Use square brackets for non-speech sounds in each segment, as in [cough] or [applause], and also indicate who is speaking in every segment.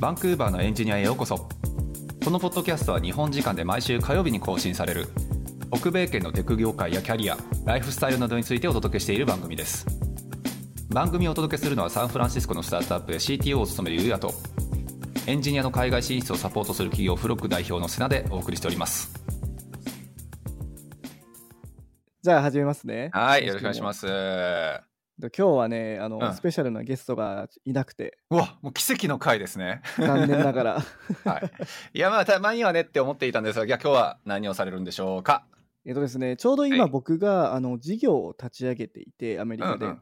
Speaker 1: バンクーバーのエンジニアへようこそこのポッドキャストは日本時間で毎週火曜日に更新される北米圏のテク業界やキャリアライフスタイルなどについてお届けしている番組です番組をお届けするのはサンフランシスコのスタートアップで CTO を務めるユーヤとエンジニアの海外進出をサポートする企業フロック代表のセナでお送りしております
Speaker 2: じゃあ始めますね。
Speaker 1: はいよろしくお願いしますう
Speaker 2: 今日はね、あの、
Speaker 1: うん
Speaker 2: スペシャルなゲストがいなくて、
Speaker 1: わもう奇跡の回ですね
Speaker 2: 残念な
Speaker 1: [laughs]
Speaker 2: がら。
Speaker 1: はい、いやまあた [laughs] まにはねって思っていたんですがいや今日は何をされるんでしょうか
Speaker 2: えっとですね、ちょうど今
Speaker 1: はい
Speaker 2: 僕が、あの事業を立ち上げていて、アメリカ
Speaker 1: う
Speaker 2: で
Speaker 1: んうん、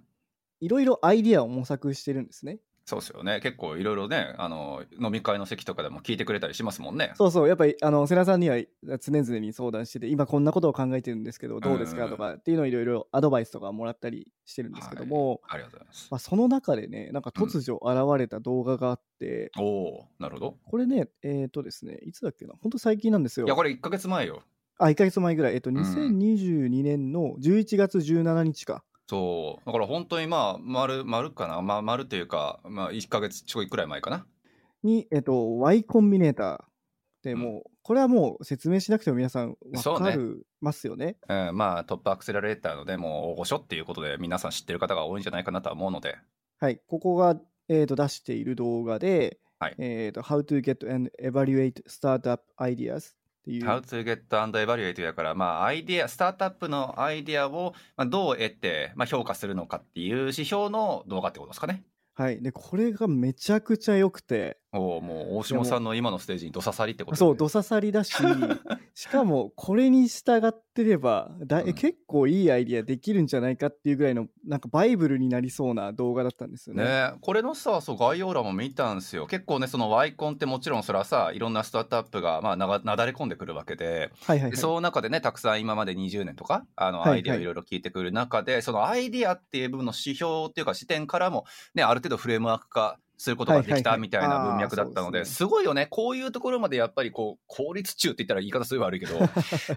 Speaker 2: いろいろアイディアを模索してるんですね。
Speaker 1: そうですよね結構いろいろねあの飲み会の席とかでも聞いてくれたりしますもんね
Speaker 2: そうそう、やっぱり、あの、瀬名さんには常々に相談してて、今こんなことを考えてるんですけど、どうです
Speaker 1: うん
Speaker 2: か
Speaker 1: うんうん
Speaker 2: とかっていうのをいろいろアドバイスとかもらったりしてるんですけども、
Speaker 1: ありがとうございます
Speaker 2: まあ、その中でね、なんか突如現れた動画があって、
Speaker 1: おおーなるほど
Speaker 2: これね、えっ、とですね、いつだっけな、ほんと最近なんですよ。
Speaker 1: いやこれ1か月前よ
Speaker 2: あ、1ヶ月前ぐらい、えっと、
Speaker 1: ん
Speaker 2: 2022年の11月17日か。
Speaker 1: そうだから本当にまあ丸丸かな、まあ、丸というか、まあ、1か月ちょいくらい前かな
Speaker 2: に、えっと、Y コンビネーターで
Speaker 1: うん
Speaker 2: もう、これはもう説明しなくても皆さん
Speaker 1: そ
Speaker 2: わ
Speaker 1: う
Speaker 2: か
Speaker 1: ね
Speaker 2: るますよね。
Speaker 1: うん、まあトップアクセラレーターのでもう大御所っていうことで皆さん知ってる方が多いんじゃないかなとは思うので
Speaker 2: はい、ここが、えっと出している動画で、
Speaker 1: はい
Speaker 2: えっと、How to get and evaluate startup ideas ってい
Speaker 1: How
Speaker 2: う。
Speaker 1: to get and evaluate やから、まあ、アイディア、スタートアップのアイディアを、まあ、どう得て、まあ、評価するのかっていう指標の動画ってことですかね。
Speaker 2: はい、で、これがめちゃくちゃ良くて、
Speaker 1: おお、もう大島さんの今のステージにどささりってこと
Speaker 2: そう、どささ
Speaker 1: [laughs]
Speaker 2: りだし、しかもこれに従ってればだ、
Speaker 1: うん
Speaker 2: 結構いいアイディアできるんじゃないかっていうぐらいの、なんかバイブルになりそうな動画だったんですよね。
Speaker 1: ね、これのさそう概要欄も見たんですよ結構ねそのワイコンってもちろんそれはさいろんなスタートアップが、まあ、ながなだれ込んでくるわけで
Speaker 2: はいはい、
Speaker 1: で
Speaker 2: はい。
Speaker 1: その中でねたくさん今まで20年とかあの
Speaker 2: はい
Speaker 1: アイディアを
Speaker 2: はい
Speaker 1: いろいろ聞いてくる中で、そのアイディアっていう部分の指標っていうか視点からも、ね、ある程度フレームワーク化することがで
Speaker 2: は
Speaker 1: き
Speaker 2: いはいは
Speaker 1: た
Speaker 2: い
Speaker 1: みたいな文脈だったので,、
Speaker 2: あーそうですすね
Speaker 1: ごいよねこういうところまでやっぱりこう効率中って言ったら言い方すごい悪い
Speaker 2: [laughs]
Speaker 1: けど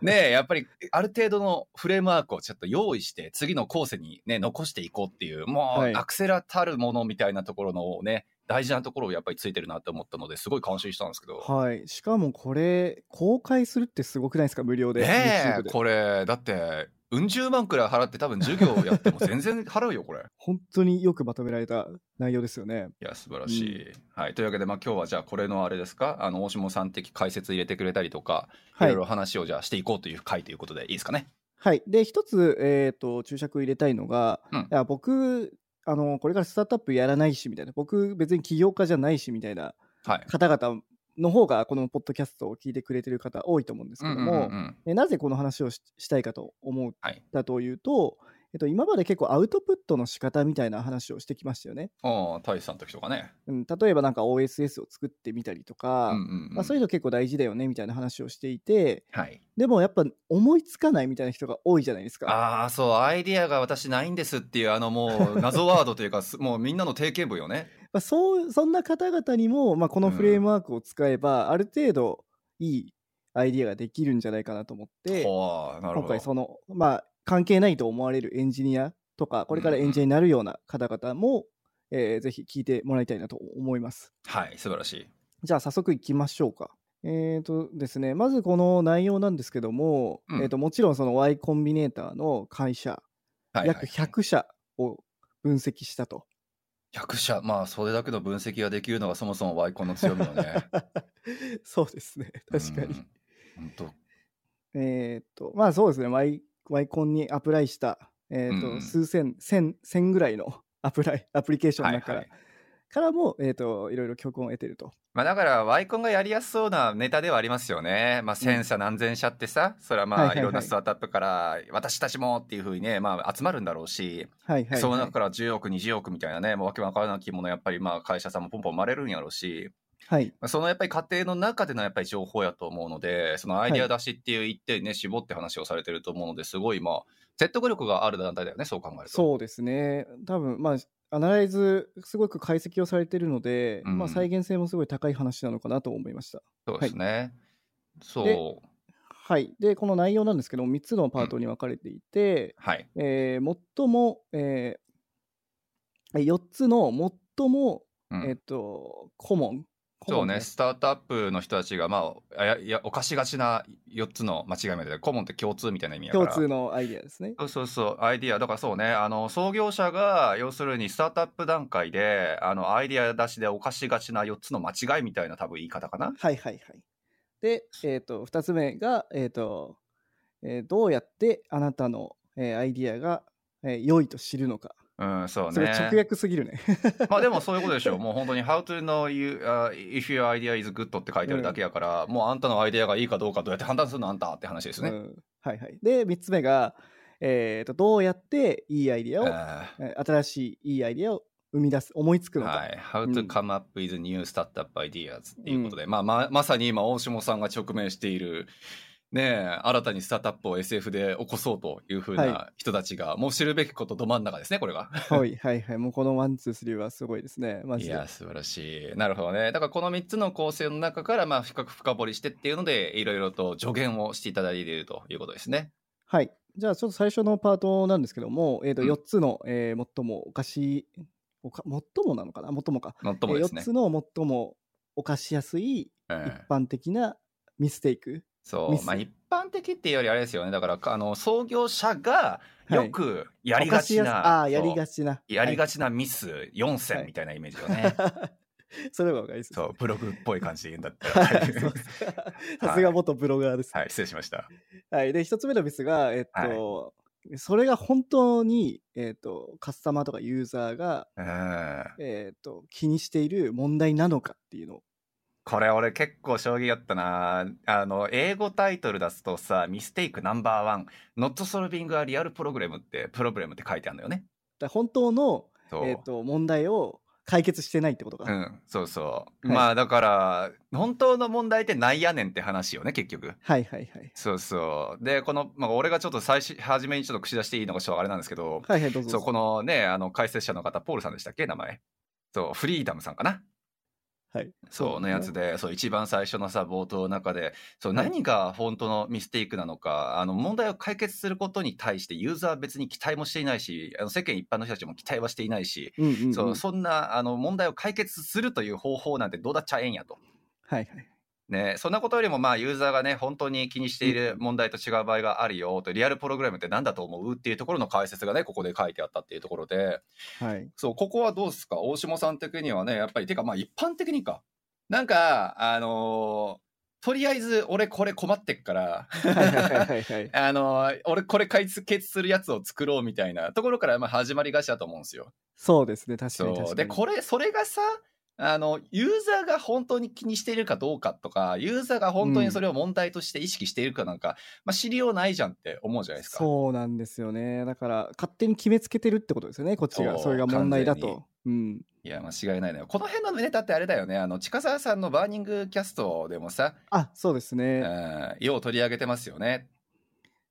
Speaker 1: ねやっぱりある程度のフレームワークをちょっと用意して次の後世に、ね、残していこうっていうも
Speaker 2: は
Speaker 1: う
Speaker 2: い
Speaker 1: アクセラたるものみたいなところのね大事なところをやっぱりついてるなって思ったのですごい感心したんですけど。
Speaker 2: はい、しかもこれ公開するってすごくないですか無料で。
Speaker 1: ね
Speaker 2: YouTube
Speaker 1: え
Speaker 2: で
Speaker 1: これだってうん十万くらい払って多分授業やっても全然払うよこれ
Speaker 2: 本当によくまとめられた内容ですよね。
Speaker 1: いや素晴らしい、はい、というわけで、まあ、今日はじゃあこれのあれですかあの大下さん的解説入れてくれたりとか、、
Speaker 2: はい
Speaker 1: ろ
Speaker 2: い
Speaker 1: いろ。話をじゃあしていこうという回ということでいいですかね
Speaker 2: はい、で一つ、えー、と注釈入れたいのが、
Speaker 1: うん
Speaker 2: いや僕あのこれからスタートアップやらないしみたいな僕別に起業家じゃないしみたいな
Speaker 1: はい
Speaker 2: 方々の方がこのポッドキャストを聞いてくれてる方多いと思うんですけども、
Speaker 1: うんうんうん
Speaker 2: えなぜこの話をししたいかと思っ
Speaker 1: はい
Speaker 2: たというと、えっと、今まで結構アウトプットの仕方みたいな話をしてきましたよね。
Speaker 1: ああ大志さんの時とかね、
Speaker 2: うん、例えばなんか OSS を作ってみたりと
Speaker 1: う
Speaker 2: か、
Speaker 1: んうんうん
Speaker 2: まあ、そういうの結構大事だよねみたいな話をしていて
Speaker 1: はい、
Speaker 2: でもやっぱ思いつかないみたいな人が多いじゃないですか。
Speaker 1: ああそうアイディアが私ないんですっていうあのもう謎ワードというかすもうみんなの定型文よ
Speaker 2: [laughs]
Speaker 1: ね
Speaker 2: まあ、そうそんな方々にも、まあ、このフレームワークを使えば、ある程度いいアイディアができるんじゃないかなと思って
Speaker 1: ほうなる
Speaker 2: 今
Speaker 1: ほど
Speaker 2: 回その、まあ、関係ないと思われるエンジニアとかこれからエンジニアになるような方々も、えーぜひ聞いてもらいたいなと思います。
Speaker 1: はい素晴らしい
Speaker 2: じゃあ早速いきましょうか。えーとですね、まずこの内容なんですけども、
Speaker 1: うん
Speaker 2: えー、ともちろんその Y コンビネーターの会社、
Speaker 1: はい、はい
Speaker 2: 約、100社を分析したと。 [laughs]
Speaker 1: 100社まあそれだけの分析ができるのがそもそもワイコンの強みよね
Speaker 2: そうですね、 [laughs] 確かに。
Speaker 1: うんほんと
Speaker 2: えーっと、まあそうですね、ワイワイコンにアプライした、えーっと、
Speaker 1: うんうん
Speaker 2: 数千、千、千ぐらいの [laughs] アプライ、アプリケーションの中から,、
Speaker 1: はいはい
Speaker 2: からも、えーっと、いろいろ教訓を得てると。
Speaker 1: まあだからワイコンがやりやすそうなネタではありますよねまあ千社何千社ってさそれは
Speaker 2: はい
Speaker 1: ま
Speaker 2: は
Speaker 1: あ
Speaker 2: いはい
Speaker 1: いろんなスタートアップから私たちもっていうふうにねまあ集まるんだろうし
Speaker 2: はいはい、はい。
Speaker 1: その中から10億20億みたいなねもうわけわからない着物やっぱりまあ会社さんもポンポン生まれるんやろうし
Speaker 2: はい。
Speaker 1: まあそのやっぱり過程の中でのやっぱり情報やと思うのでそのアイデア出しっていう一点ね絞って話をされてると思うのですごいまあ説得力がある団体だよねそう考えると。
Speaker 2: そうですね。多分、まあ、アナライズ、すごく解析をされてるので、
Speaker 1: うん
Speaker 2: まあ、再現性もすごい高い話なのかなと思いました。
Speaker 1: そうですね。そ
Speaker 2: で
Speaker 1: う。
Speaker 2: はい。で、この内容なんですけども、3つのパートに分かれていて、
Speaker 1: はい。
Speaker 2: えー最も、え4つの最も、
Speaker 1: うん
Speaker 2: えーっと、コモン
Speaker 1: そうね、スタートアップの人たちが、まあ、あやいや犯しがちな4つの間違いみたいな、コモンって共通みたいな意味やから。
Speaker 2: 共通のアイディアですね。
Speaker 1: そうそうそう、アイディア、だからそうね、あの創業者が要するにスタートアップ段階で、あのアイディア出しで犯しがちな4つの間違いみたいな、多分言い方かな。
Speaker 2: はいはいはい。で、えっ、と、2つ目が、えっ、と、えーどうやってあなたの、えーアイディアが、えー良いと知るのか。
Speaker 1: うん、そう
Speaker 2: それ直
Speaker 1: ね。
Speaker 2: 訳すぎるね。
Speaker 1: まあでもそういうことでしょう、もう本当に、How to know you,、if your idea is good って書いてあるだけやから、もうあんたのアイデアがいいかどうか、どうやって判断するの、あんたって話ですね。
Speaker 2: うんはいはい。で、3つ目が、えっ、と、どうやっていいアイディアを、
Speaker 1: あ
Speaker 2: えー新しいいいアイディアを生み出す、思いつく
Speaker 1: ー
Speaker 2: のか。
Speaker 1: はい、How
Speaker 2: う
Speaker 1: to
Speaker 2: ん
Speaker 1: come up with new startup ideas っていうことで、まあ、ままさに今大下さんが直面している、ねえ、新たにスタートアップを SF で起こそうというふう
Speaker 2: は
Speaker 1: な人たちが、もう知るべきことど真ん中ですねこれが。
Speaker 2: はいはいはい。もうこのワン、ツー、スリーはすごいですね。マ
Speaker 1: い
Speaker 2: ジで。
Speaker 1: や素晴らしいなるほどねだからこの3つの構成の中から、まあ、深く深掘りしてっていうのでいろいろと助言をしていただいているということですね。
Speaker 2: はい。じゃあ、ちょっと最初のパートなんですけども、えっ、と、
Speaker 1: うん
Speaker 2: 4つの、えー最もおかしい、おか、最もなのかな最もか。
Speaker 1: もっともです
Speaker 2: えー
Speaker 1: ね
Speaker 2: 4。つの最も犯しやすい
Speaker 1: うん
Speaker 2: 一般的なミステイク。
Speaker 1: そ
Speaker 2: ミ
Speaker 1: う
Speaker 2: ス
Speaker 1: まあ一般的っていうよりあれですよねだからあの創業者が
Speaker 2: はい
Speaker 1: よくやりがちな、
Speaker 2: 犯しやすああ、やり
Speaker 1: そう
Speaker 2: がちな。
Speaker 1: やり
Speaker 2: は
Speaker 1: がちなミス4
Speaker 2: はい
Speaker 1: 選みたいなイメージよね。
Speaker 2: [laughs] い。それはわかりやすいです [laughs]
Speaker 1: そう、ブログっぽい感じで言うんだったら。
Speaker 2: はい [laughs] そうですさすが元ブロガーです。
Speaker 1: はい、失礼しました。
Speaker 2: はい。で、1つ目のミスが、えっと、それが本当に、えっと、カスタマーとかユーザーが、
Speaker 1: うん。
Speaker 2: えっと、気にしている問題なのかっていうのを
Speaker 1: これ俺結構将棋やったな。あの、英語タイトル出すとさ、ミステイクナンバーワン、not solving a real problem って、プログラムって書いてあるのよね。
Speaker 2: だから本当の、
Speaker 1: そう。
Speaker 2: えー、と問題を解決してないってことか。
Speaker 1: うん、そうそう。
Speaker 2: はい
Speaker 1: まあだから、本当の問題ってないやねんって話よね、結局。
Speaker 2: はいはいはい。
Speaker 1: そうそう。で、この、まあ俺がちょっと最初、初めにちょっと口出していいのかちょっとあれなんですけど、
Speaker 2: はいはい、どうぞ。
Speaker 1: そう、こ
Speaker 2: の。
Speaker 1: のね、あの、解説者の方、ポールさんでしたっけ名前。そう、フリーダムさんかな。
Speaker 2: はい。
Speaker 1: そうのやつ
Speaker 2: で
Speaker 1: で、そう、一番最初のさ、冒頭の中で、そう、何が本当のミステイクなのか、あの、問題を解決することに対して、ユーザーは別に期待もしていないし、あの世間一般の人たちも期待はしていないし、
Speaker 2: すね。うんうん、うん。
Speaker 1: そう、
Speaker 2: はい
Speaker 1: そんな、あの、問題を解決するという方法なんてどうだっちゃええんやと。
Speaker 2: はい。
Speaker 1: ね、そんなことよりも、まあ、ユーザーがね、本当に気にしている問題と違う場合があるよ、と、リアルプログラムって何だと思うっていうところの解説がね、ここで書いてあったっていうところで、 [laughs]
Speaker 2: はい。
Speaker 1: そう、ここはどうですか大下さん的にはね、やっぱり、てかまあ一般的にか。なんか、あのーとりあえず俺これ困ってっから、 [laughs]
Speaker 2: はいはいはいはい。
Speaker 1: あのー俺これ解決するやつを作ろうみたいなところからまあ始まりがちだと思うんですよ。
Speaker 2: そうですね、確かに確か
Speaker 1: そう。
Speaker 2: に。
Speaker 1: で、これ、それがさ、あの、ユーザーが本当に気にしているかどうかとか、ユーザーが本当にそれを問題として意識しているかなんか、まあ知りようないじゃんって思うじゃないですか。
Speaker 2: そうなんですよね。だから、勝手に決めつけてるってことですよね、こっちが。
Speaker 1: そう
Speaker 2: それが問題だ
Speaker 1: 完
Speaker 2: と。うん。
Speaker 1: いや、間違いないのよ。この辺のネタってあれだよね。あの、近澤さんのバーニングキャストでもさ、
Speaker 2: あ、そうですね。
Speaker 1: うんよう取り上げてますよね。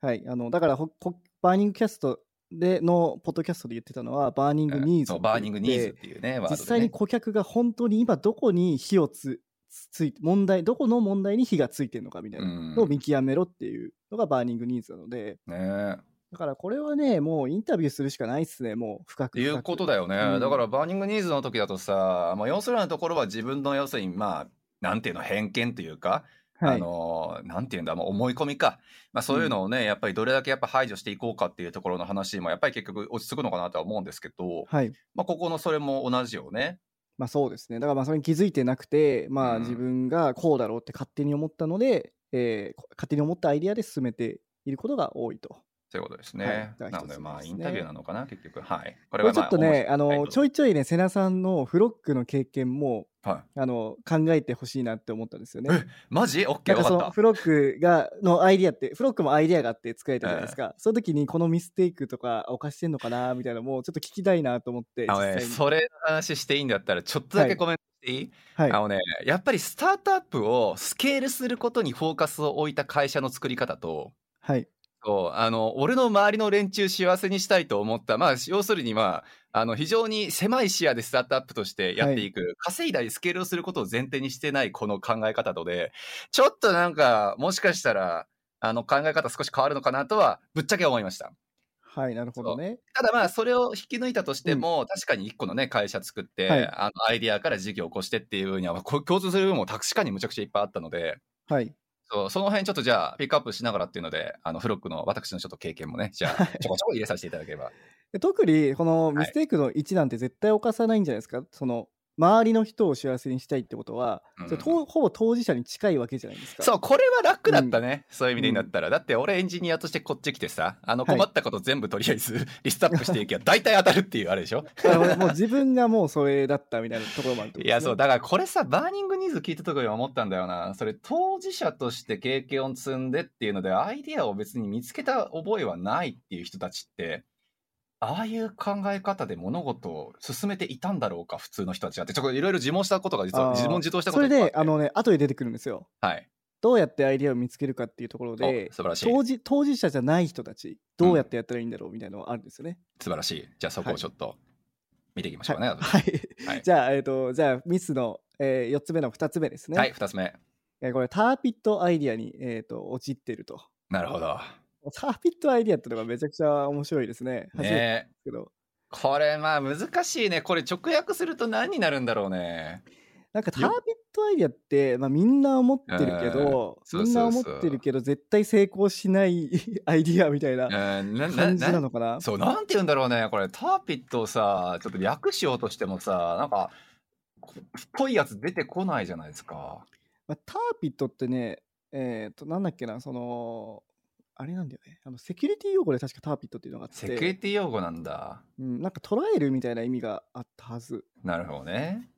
Speaker 2: はい。あの、だからほ、ほバーニングキャストでの、ポッドキャストで言ってたのは、バーニングニーズ
Speaker 1: そうバーニングニーズっていうね、ワードでね
Speaker 2: 実際に顧客が本当に今どこに火をつつついて問題どこの問題に火がついてるのかみたいなのを見極めろっていうのがバーニングニーズなので
Speaker 1: ねっ
Speaker 2: だからこれはねもうインタビューするしかないっすねもう深く
Speaker 1: ていうこと
Speaker 2: で
Speaker 1: だよね。
Speaker 2: うん
Speaker 1: だから、バーニングニーズの時だとさ、まあ、要するにところは自分の、要するに、まあ、なんていうの、偏見というか、
Speaker 2: はい
Speaker 1: あのー、なんていうんだ、まあ、思い込みか。まあ、そういうのをね、やっぱりどれだけやっぱ排除していこうかっていうところの話にも、やっぱり結局落ち着くのかなとは思うんですけど、
Speaker 2: はい
Speaker 1: まあ、ここのそれも同じよね。
Speaker 2: まあそうですねだからまあそれに気づいてなくてま
Speaker 1: う
Speaker 2: あ
Speaker 1: ん
Speaker 2: 自分がこうだろうって勝手に思ったので、えーこ勝手に思ったアイディアで進めていることが多いと。
Speaker 1: そういうことです
Speaker 2: は
Speaker 1: ね
Speaker 2: い。だから
Speaker 1: な
Speaker 2: 一つ
Speaker 1: ので、まあ、
Speaker 2: です
Speaker 1: イ
Speaker 2: ね
Speaker 1: ンタビューなのかな、結局。はい。こ
Speaker 2: こ
Speaker 1: れ
Speaker 2: れ
Speaker 1: は
Speaker 2: ちょ
Speaker 1: まあ、
Speaker 2: っとね、あ
Speaker 1: 面白い
Speaker 2: の、ちょいちょいね、瀬名さんのフロックの経験も、
Speaker 1: はい。
Speaker 2: あの、考えてほしいなって思ったんですよね。
Speaker 1: マジオッケ
Speaker 2: な
Speaker 1: ー、
Speaker 2: ん
Speaker 1: わか
Speaker 2: かそ
Speaker 1: っ
Speaker 2: の
Speaker 1: た。
Speaker 2: フロックがのアイディアってフロックもアイディアがあって作られたじゃないですか、その時にこのミステイクとか犯してんのかなみたいなのもちょっと聞きたいなと思って実
Speaker 1: あのね、
Speaker 2: 際に
Speaker 1: それの話していいんだったら、ちょっとだけコメントしていい、
Speaker 2: はい
Speaker 1: あのね、やっぱりスタートアップをスケールすることにフォーカスを置いた会社の作り方と、
Speaker 2: はい
Speaker 1: そうあの俺の周りの連中幸せにしたいと思った、まあ、要するに、まあ、あの非常に狭い視野でスタートアップとしてやっていく、稼いだりスケールをすることを前提にしてないこの考え方とで、ちょっとなんか、もしかしたら、あの考え方少し変わるのかなとは、ぶっちゃけ思いました。
Speaker 2: はい、なるほどね。
Speaker 1: ただまあそれを引き抜いたとしても、確かに一個のね会社作って、
Speaker 2: はい
Speaker 1: あのアイデアから事業を起こしてっていうにはこ共通する部分も確かにむちゃくちゃいっぱいあったので
Speaker 2: はい。
Speaker 1: そうその辺ちょっとじゃあピックアップしながらっていうのであのフロックの私のちょっと経験もねじゃあちょこちょこ入れさせていただければ
Speaker 2: で特に、この
Speaker 1: い
Speaker 2: ミステイクの1なんて絶対犯さないんじゃないですか。その、周りの人を幸せにしたいってことは、
Speaker 1: うん
Speaker 2: それとほぼ当事者に近いわけじゃないですか。
Speaker 1: そうこれは楽だったね、そういう意味で言うんだったら、だって俺エンジニアとしてこっち来てさあの
Speaker 2: はい
Speaker 1: 困ったこと全部とりあえずリストアップしていけば大体当たるっていうあれでしょ
Speaker 2: だからもうもう自分がもうそれだったみたいなところもあるってこ
Speaker 1: い
Speaker 2: とですね
Speaker 1: や、そう、だからこれさ、バーニングニーズ聞いたところに思ったんだよな。それ、当事者として経験を積んでっていうので、アイディアを別に見つけた覚えはないっていう人たちって、ああいう考え方で物事を進めていたんだろうか、普通の人たちはって、ちょっといろいろ自問したことが、実は
Speaker 2: あー
Speaker 1: 自問自答したこ
Speaker 2: そ
Speaker 1: と
Speaker 2: れ
Speaker 1: がいっ
Speaker 2: で、
Speaker 1: ぱい
Speaker 2: あ
Speaker 1: って
Speaker 2: のね、後で出てくるんですよ。
Speaker 1: はい。
Speaker 2: どうやってアイデアを見つけるかっていうところで
Speaker 1: お、素晴らしい。
Speaker 2: 当事当事者じゃない人たち、どうやってやったらいいんだろうみたいなのがあるんですよね。
Speaker 1: 素晴らしい。じゃあそこをちょっと見ていきましょうかね。は
Speaker 2: はい。
Speaker 1: はい
Speaker 2: [laughs] じゃあ、えっ、と、じゃあ、ミスの、え4つ目の2つ目です
Speaker 1: い、
Speaker 2: ね。
Speaker 1: はい、2つ目。
Speaker 2: えーこれ、ターピットアイディアに、えー、と陥っていると。
Speaker 1: なるほど。
Speaker 2: ターピットアイディアってのがめちゃくちゃ面白いですね。初めてで
Speaker 1: ねえ
Speaker 2: すけど。
Speaker 1: これまあ難しいね。これ直訳すると何になるんだろうね。
Speaker 2: なんかターピットアイディアって、まあ、みんな思ってるけど、
Speaker 1: うん
Speaker 2: みんな
Speaker 1: そうそ
Speaker 2: 思
Speaker 1: うそう
Speaker 2: ってるけど、絶対成功しない [laughs] アイディアみたいな
Speaker 1: うん、なな
Speaker 2: 感じな
Speaker 1: な
Speaker 2: のかな。
Speaker 1: そう、なんて言うんだろうね、これ、ターピットをさ、ちょっと略しようとしてもさ、なんか、こぽいやつ出てこないじゃないですか。
Speaker 2: まあ、ターピットってね、えっ、と、なんだっけな、その、あれなんだよね。あのセキュリティ用語で確かターピットっていうのがあって。
Speaker 1: セキュリティ用語なんだ。
Speaker 2: うん、なんか捉えるみたいな意味があったはず。
Speaker 1: なるほどね。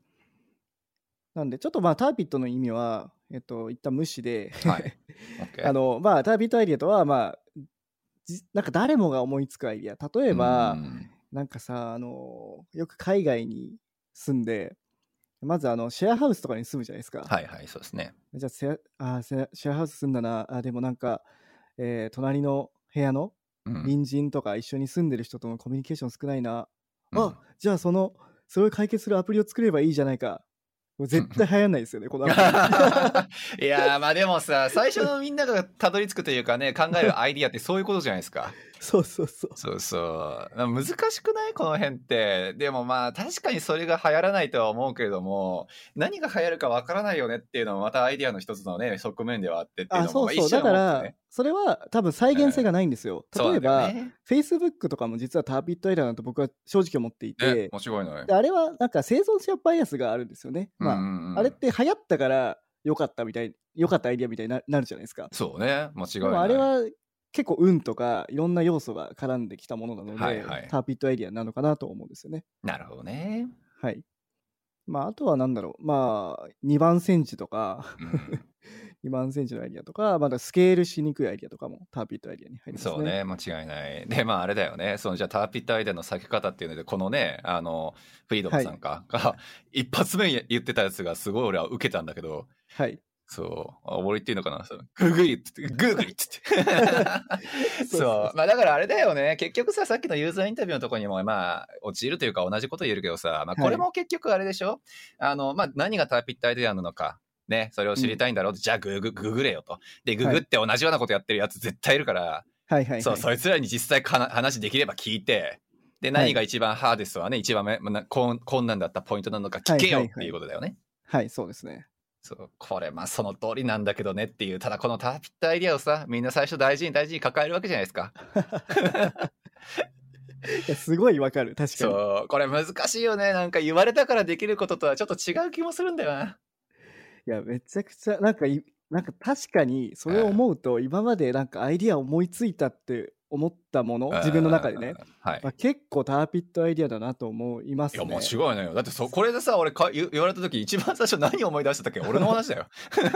Speaker 2: なんで、ちょっとまあ、ターピットの意味は、えっと、一旦無視で、
Speaker 1: はい。OK
Speaker 2: [laughs] あの、まあ、ターピットアイディアとは、まあ、じなんか誰もが思いつくアイディア。例えば、
Speaker 1: うん
Speaker 2: なんかさ、あの、よく海外に住んで、まずあの、シェアハウスとかに住むじゃないですか。
Speaker 1: はいはい、そうですね。
Speaker 2: じゃあセアあーセア、シェアハウス住んだな、あーでもなんか、えー隣の部屋の
Speaker 1: うん
Speaker 2: 隣人とか一緒に住んでる人とのコミュニケーション少ないな、
Speaker 1: うん
Speaker 2: あじゃあそのそれを解決するアプリを作ればいいじゃないかもう絶対流行んないですよねこのアプリ
Speaker 1: い
Speaker 2: [laughs]
Speaker 1: やーまあでもさ最初のみんながたどり着くというかね考えるアイディアってそういうことじゃないですか [laughs]
Speaker 2: そうそうそう
Speaker 1: そうそう。難しくないこの辺って。でもまあ確かにそれが流行らないとは思うけれども、何が流行るかわからないよねっていうのもまたアイディアの一つのね、側面ではあってっていうの
Speaker 2: あ
Speaker 1: も
Speaker 2: そう
Speaker 1: まあ
Speaker 2: そう
Speaker 1: 一種
Speaker 2: だ
Speaker 1: の
Speaker 2: から、
Speaker 1: ね
Speaker 2: それは多分再現性がないんですよ、
Speaker 1: そう
Speaker 2: 例
Speaker 1: な
Speaker 2: え
Speaker 1: んだ
Speaker 2: ば、
Speaker 1: よね
Speaker 2: Facebook とかも実はターピットアイデアなんて僕は正直思ってい
Speaker 1: ね、
Speaker 2: て、
Speaker 1: 間違いない
Speaker 2: で。あれはなんか生存者バイアスがあるんですよね、まあ
Speaker 1: うんうんうん
Speaker 2: あれって流行ったから良かったみたい良かったアイデアみたいにななるじゃないですか
Speaker 1: そうね、間違い
Speaker 2: で
Speaker 1: ない。
Speaker 2: もあれは結構運とかいろんな要素が絡んできたものなので、
Speaker 1: はいはい
Speaker 2: ターピットアイディアなのかなと思うんですよね。
Speaker 1: なるほどね。
Speaker 2: はい。まあ、あとは何だろう。まあ、2番センチとか、 [laughs]
Speaker 1: うん
Speaker 2: 2番センチのアイディアとか、まだスケールしにくいアイディアとかもターピットアイディアに入りますね。
Speaker 1: そうね、間違いない。で、まああれだよね、そのじゃあターピットアイデアの避け方っていうので、このね、あの、フリードムさんか、が、一発目に言ってたやつがすごい俺は受けたんだけど、
Speaker 2: はい。
Speaker 1: そう。あ俺言っていいのかなそうググリっつって、グーグリっつ [laughs] って。そう。まあだからあれだよね。結局さ、さっきのユーザーインタビューのところにも、まあ、陥るというか同じこと言えるけどさ、まあこれも結局あれでしょ、あの、まあ何がターピットアイデアなのか。ね、それを知りたいんだろうと、じゃあググ、ググれよと。で、ググって同じようなことやってるやつ絶対いるから、
Speaker 2: はいはい、はい。
Speaker 1: そう、そいつらに実際かな話できれば聞いて、で、何が一番ハーデストはね、一番めなこん困難だったポイントなのか聞けよ
Speaker 2: はいはいはい
Speaker 1: っていうことだよね。
Speaker 2: はい、そうですね。
Speaker 1: そう、これまあその通りなんだけどねっていう、ただこのターピットアイディアをさ、みんな最初大事に大事に抱えるわけじゃないですか。
Speaker 2: いやすごいわかる。確かに。
Speaker 1: そう、これ難しいよね。なんか言われたからできることとはちょっと違う気もするんだよな。
Speaker 2: いや、めちゃくちゃ、なんかい、なんか確かに、それを思うと、今までなんかアイディア思いついたって思ったもの、自分の中でね。
Speaker 1: うん。はい
Speaker 2: ま。あ、結構ターピットアイディアだなと思います
Speaker 1: い
Speaker 2: ね。
Speaker 1: や、もう違いないよ。だってそ、これでさ、俺か言言われた時一番最初何思い出してたっけ俺の話だよ。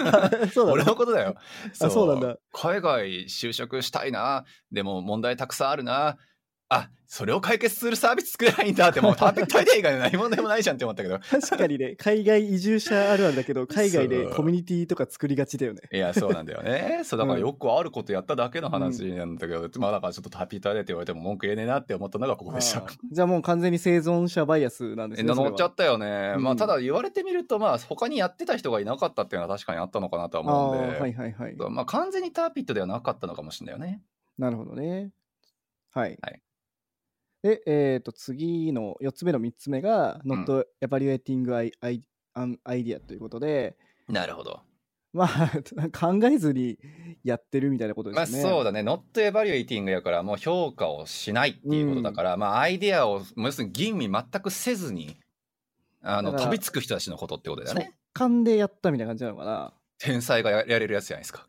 Speaker 2: [laughs] そうだ
Speaker 1: 俺
Speaker 2: ね
Speaker 1: のことだよ。
Speaker 2: そうなんだ
Speaker 1: 海外就職したいな。でも問題たくさんあるな。あ、それを解決するサービス作れないんだって、もうターピットアイデア以外の何もでもないじゃんって思ったけど。
Speaker 2: 確かにね、海外移住者あるあるだけど、海外
Speaker 1: [laughs]
Speaker 2: で
Speaker 1: そう
Speaker 2: コミュニティとか作りがちだよね。
Speaker 1: いや、そうなんだよ
Speaker 2: [laughs]
Speaker 1: ね。そう、だから
Speaker 2: うん
Speaker 1: よくあることやっただけの話なんだけど、まあだからちょっとターピットアイデアって言われても文句言えねえなって思ったのがここでし
Speaker 2: あ
Speaker 1: た [laughs]
Speaker 2: ー。じゃあもう完全に生存者バイアスなんですね。
Speaker 1: 乗っちゃ
Speaker 2: た
Speaker 1: ったよね。
Speaker 2: うん
Speaker 1: まあただ言われてみると、まあ他にやってた人がいなかったっていうのは確かにあったのかなとは
Speaker 2: ああ
Speaker 1: 思うんで。
Speaker 2: ー、はいはいはい。
Speaker 1: まあ完全にターピットではなかったのかもしれないよね。
Speaker 2: なるほどね。はい。
Speaker 1: はい
Speaker 2: で、えー、と次の4つ目の3つ目が、
Speaker 1: ん
Speaker 2: Not Evaluating I- I- an Idea ということで、
Speaker 1: なるほど。
Speaker 2: まあ、 [laughs] 考えずにやってるみたいなこと
Speaker 1: ま
Speaker 2: で
Speaker 1: あ
Speaker 2: すね。
Speaker 1: そうだね、not evaluating やから、もう評価をしないっていうことだから、まあアイデアを、もう要するに吟味全くせずに、あの
Speaker 2: だから
Speaker 1: 飛びつく人たちのことってことだよね。
Speaker 2: 直感でやったみたいな感じなのかな。
Speaker 1: 天才がややれるやつじゃないですか。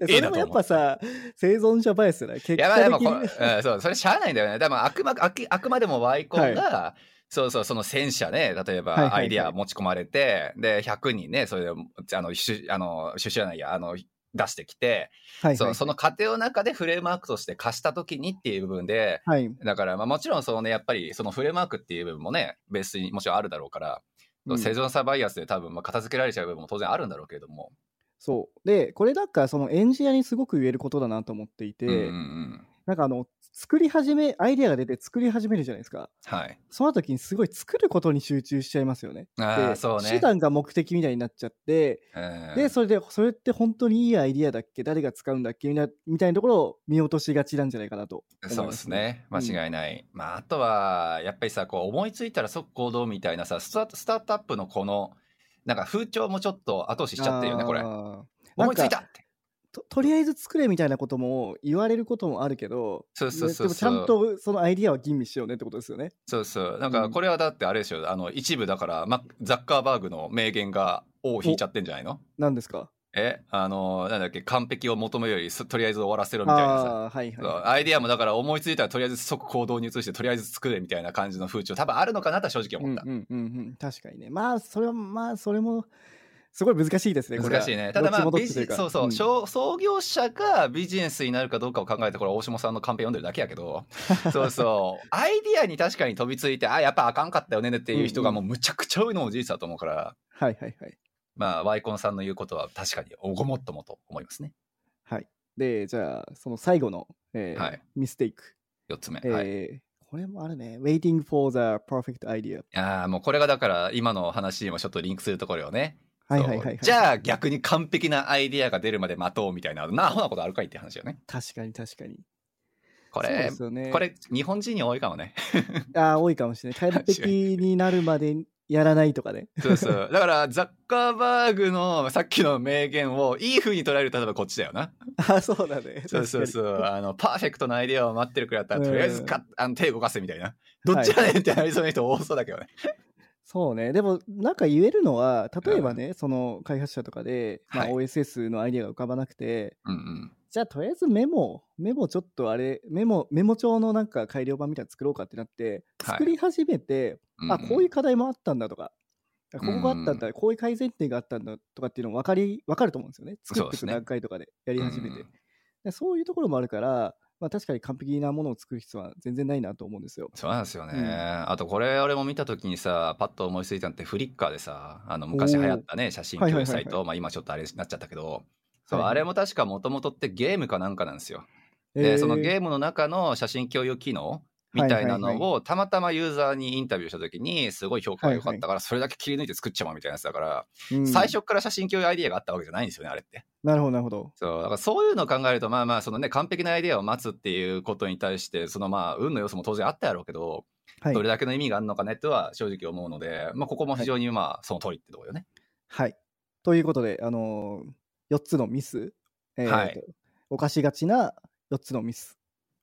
Speaker 2: え
Speaker 1: ええな
Speaker 2: それ
Speaker 1: と思う
Speaker 2: もやっぱさ、生存者バイアスだね。結
Speaker 1: いやまあで
Speaker 2: 果
Speaker 1: も
Speaker 2: 的
Speaker 1: こ、
Speaker 2: に、ね。
Speaker 1: うん、そうそれしゃあないんだよね。でもあくまあきあくまでもワイコンが、そうそうその戦車ね例え
Speaker 2: はいはい
Speaker 1: ば
Speaker 2: はい
Speaker 1: アイディア持ち込まれて、で100人ねそれであのしゅあの出資じゃないやあの出してきて、
Speaker 2: はい
Speaker 1: そ
Speaker 2: は
Speaker 1: う
Speaker 2: い。
Speaker 1: その過程の中でフレームワークとして貸した時にっていう部分で
Speaker 2: はい。
Speaker 1: だから、まあ、もちろんそのねやっぱりそのフレームワークっていう部分もねベースにもちろんあるだろうから、
Speaker 2: うん
Speaker 1: 生存者バイアスで多分まあ片付けられちゃう部分も当然あるんだろうけれども。
Speaker 2: そう。で、これだから、そのエンジニアにすごく言えることだなと思っていて、
Speaker 1: うんうんうん
Speaker 2: なんかあの、作り始め、アイデアが出て作り始めるじゃないですか。
Speaker 1: はい、
Speaker 2: その時にすごい作ることに集中しちゃいますよね。
Speaker 1: あ
Speaker 2: で
Speaker 1: あそうね
Speaker 2: 手。段が目的みたいになっちゃって、
Speaker 1: うん
Speaker 2: でそれでそれって本当にいいアイディアだっけ誰が使うんだっけみたいなみたいなところを見落としがちなんじゃないかなと思います、
Speaker 1: そうですね
Speaker 2: うん
Speaker 1: 間違いない、まああとはやっぱりさこう思いついたら即行動みたいなさスタートスタートアップのこのなんか風潮もちょっと後押ししちゃってるよねこれ
Speaker 2: あー
Speaker 1: 思いついたって
Speaker 2: ととりあえず作れみたいなことも言われることもあるけど
Speaker 1: そうそうそう
Speaker 2: でもちゃんとそのアイディアは吟味しようねってことですよね
Speaker 1: そうそうなんかこれはだってあれでしょあの一部だからマザッカーバーグの名言が尾を引いちゃってんじゃないの
Speaker 2: 何ですか
Speaker 1: えあのなんだっけ完璧を求めるよりすとりあえず終わらせろみたいなさ
Speaker 2: ああーはい
Speaker 1: そう
Speaker 2: は
Speaker 1: アイディアもだから思いついたらとりあえず即行動に移してとりあえず作れみたいな感じの風潮多分あるのかなとは正直
Speaker 2: い、う
Speaker 1: 思っ
Speaker 2: ん
Speaker 1: た
Speaker 2: う、んうんうん、確かにねまあそれはまあそれもすごい難しいですねこれは
Speaker 1: 難しいね。ただまあ、
Speaker 2: どっちもどっ
Speaker 1: ビ
Speaker 2: ちとい
Speaker 1: ジ
Speaker 2: か
Speaker 1: そうそう、
Speaker 2: ん
Speaker 1: 商創業者がビジネスになるかどうかを考えて、これ、大下さんのカンペ読んでるだけやけ
Speaker 2: [laughs]
Speaker 1: ど、そうそう、アイディアに確かに飛びついて、あ、やっぱあかんかったよねっていう人が、
Speaker 2: うん
Speaker 1: もうむちゃくちゃ多いのも事実だと思うから、
Speaker 2: はいはいはい
Speaker 1: まあ、ワイコンさんの言うことは確かにごもっともと思いますね。
Speaker 2: はい。で、じゃあ、その最後の、えー
Speaker 1: はい
Speaker 2: ミステイク。
Speaker 1: 4つ目。
Speaker 2: えー
Speaker 1: はい、
Speaker 2: これもあるね。Waiting for the perfect idea。
Speaker 1: ああ、もうこれがだから、今の話にもちょっとリンクするところよね。
Speaker 2: はいはいはい、は
Speaker 1: そう
Speaker 2: い。
Speaker 1: じゃあ、逆に完璧なアイディアが出るまで待とうみたいな、なアホなことあるかいって話よね。
Speaker 2: 確かに確かに。
Speaker 1: こ
Speaker 2: そう
Speaker 1: れ
Speaker 2: で、すよね、
Speaker 1: これ、日本人に多いかもね。
Speaker 2: あー多いかもしれ
Speaker 1: [laughs]
Speaker 2: ない。完璧になるまでやらないとかね。
Speaker 1: そうそう。だから、ザッカーバーグのさっきの名言をいい風に捉えると、例えばこっちだよな。
Speaker 2: あそうだ
Speaker 1: [laughs]
Speaker 2: ね。
Speaker 1: そうそう
Speaker 2: う。
Speaker 1: そう。あの、パーフェクトなアイデアを待ってるくらいだったら、
Speaker 2: うん
Speaker 1: とりあえずかあの手動かせみたいな。どっちや
Speaker 2: はい
Speaker 1: ねんってなりそうな人多そうだけどね。
Speaker 2: そうね。でも、なんか言えるのは、例えばね、その開発者とかで、まあ、
Speaker 1: はい
Speaker 2: OSS のアイデアが浮かばなくて、
Speaker 1: うんうん。
Speaker 2: じゃあ、とりあえずメモ、メモちょっとあれ、メモ、メモ帳のなんか改良版みたいなの作ろうかってなって、
Speaker 1: はい
Speaker 2: 作り始めて、
Speaker 1: んん
Speaker 2: あこういう課題もあったんだとか、ここがあったんだ、こういう改善点があったんだとかっていうのも分かり分かると思うんですよね、作
Speaker 1: そうで
Speaker 2: ってい
Speaker 1: す
Speaker 2: く
Speaker 1: ね
Speaker 2: 段階とかでやり始めて。
Speaker 1: うんう
Speaker 2: で
Speaker 1: ん
Speaker 2: そういうところもあるから、まあ、確かに完璧なものを作る必要は全然ないなと思うんですよ。
Speaker 1: そうなんですよね。
Speaker 2: うん
Speaker 1: あと、これ、俺も見たときにさ、パッと思いついたのって、フリッカーでさ、あの、昔流行ったね、写真
Speaker 2: はい
Speaker 1: 共有
Speaker 2: はいはい
Speaker 1: サ
Speaker 2: はい
Speaker 1: イト、まあ今ちょっとあれになっちゃったけど、そう、
Speaker 2: はい
Speaker 1: あれも確かもともとってゲームかなんかなんですよ。
Speaker 2: え
Speaker 1: で、
Speaker 2: ー
Speaker 1: そのゲームの中の写真共有機能みたいな
Speaker 2: はいはいは
Speaker 1: のをたまたまユーザーにインタビューした時にすごい評価が良かった
Speaker 2: は
Speaker 1: からそれだけ切り抜いて作っちゃおうみたいなやつだから
Speaker 2: うん
Speaker 1: 最初から写真共有アイディアがあったわけじゃないんですよねあれって。
Speaker 2: なるほど、なるほど。
Speaker 1: そうだからそういうのを考えるとまあまあそのね完璧なアイディアを待つっていうことに対してそのまあ運の要素も当然あったやろうけど
Speaker 2: はい
Speaker 1: どれ。だけの意味があるのかねとは正直思うのでまあここも非常にまあその通りってとこよね。
Speaker 2: はい、ということで、あのー、4つのミス、えー
Speaker 1: はい
Speaker 2: 犯しがちな4つのミス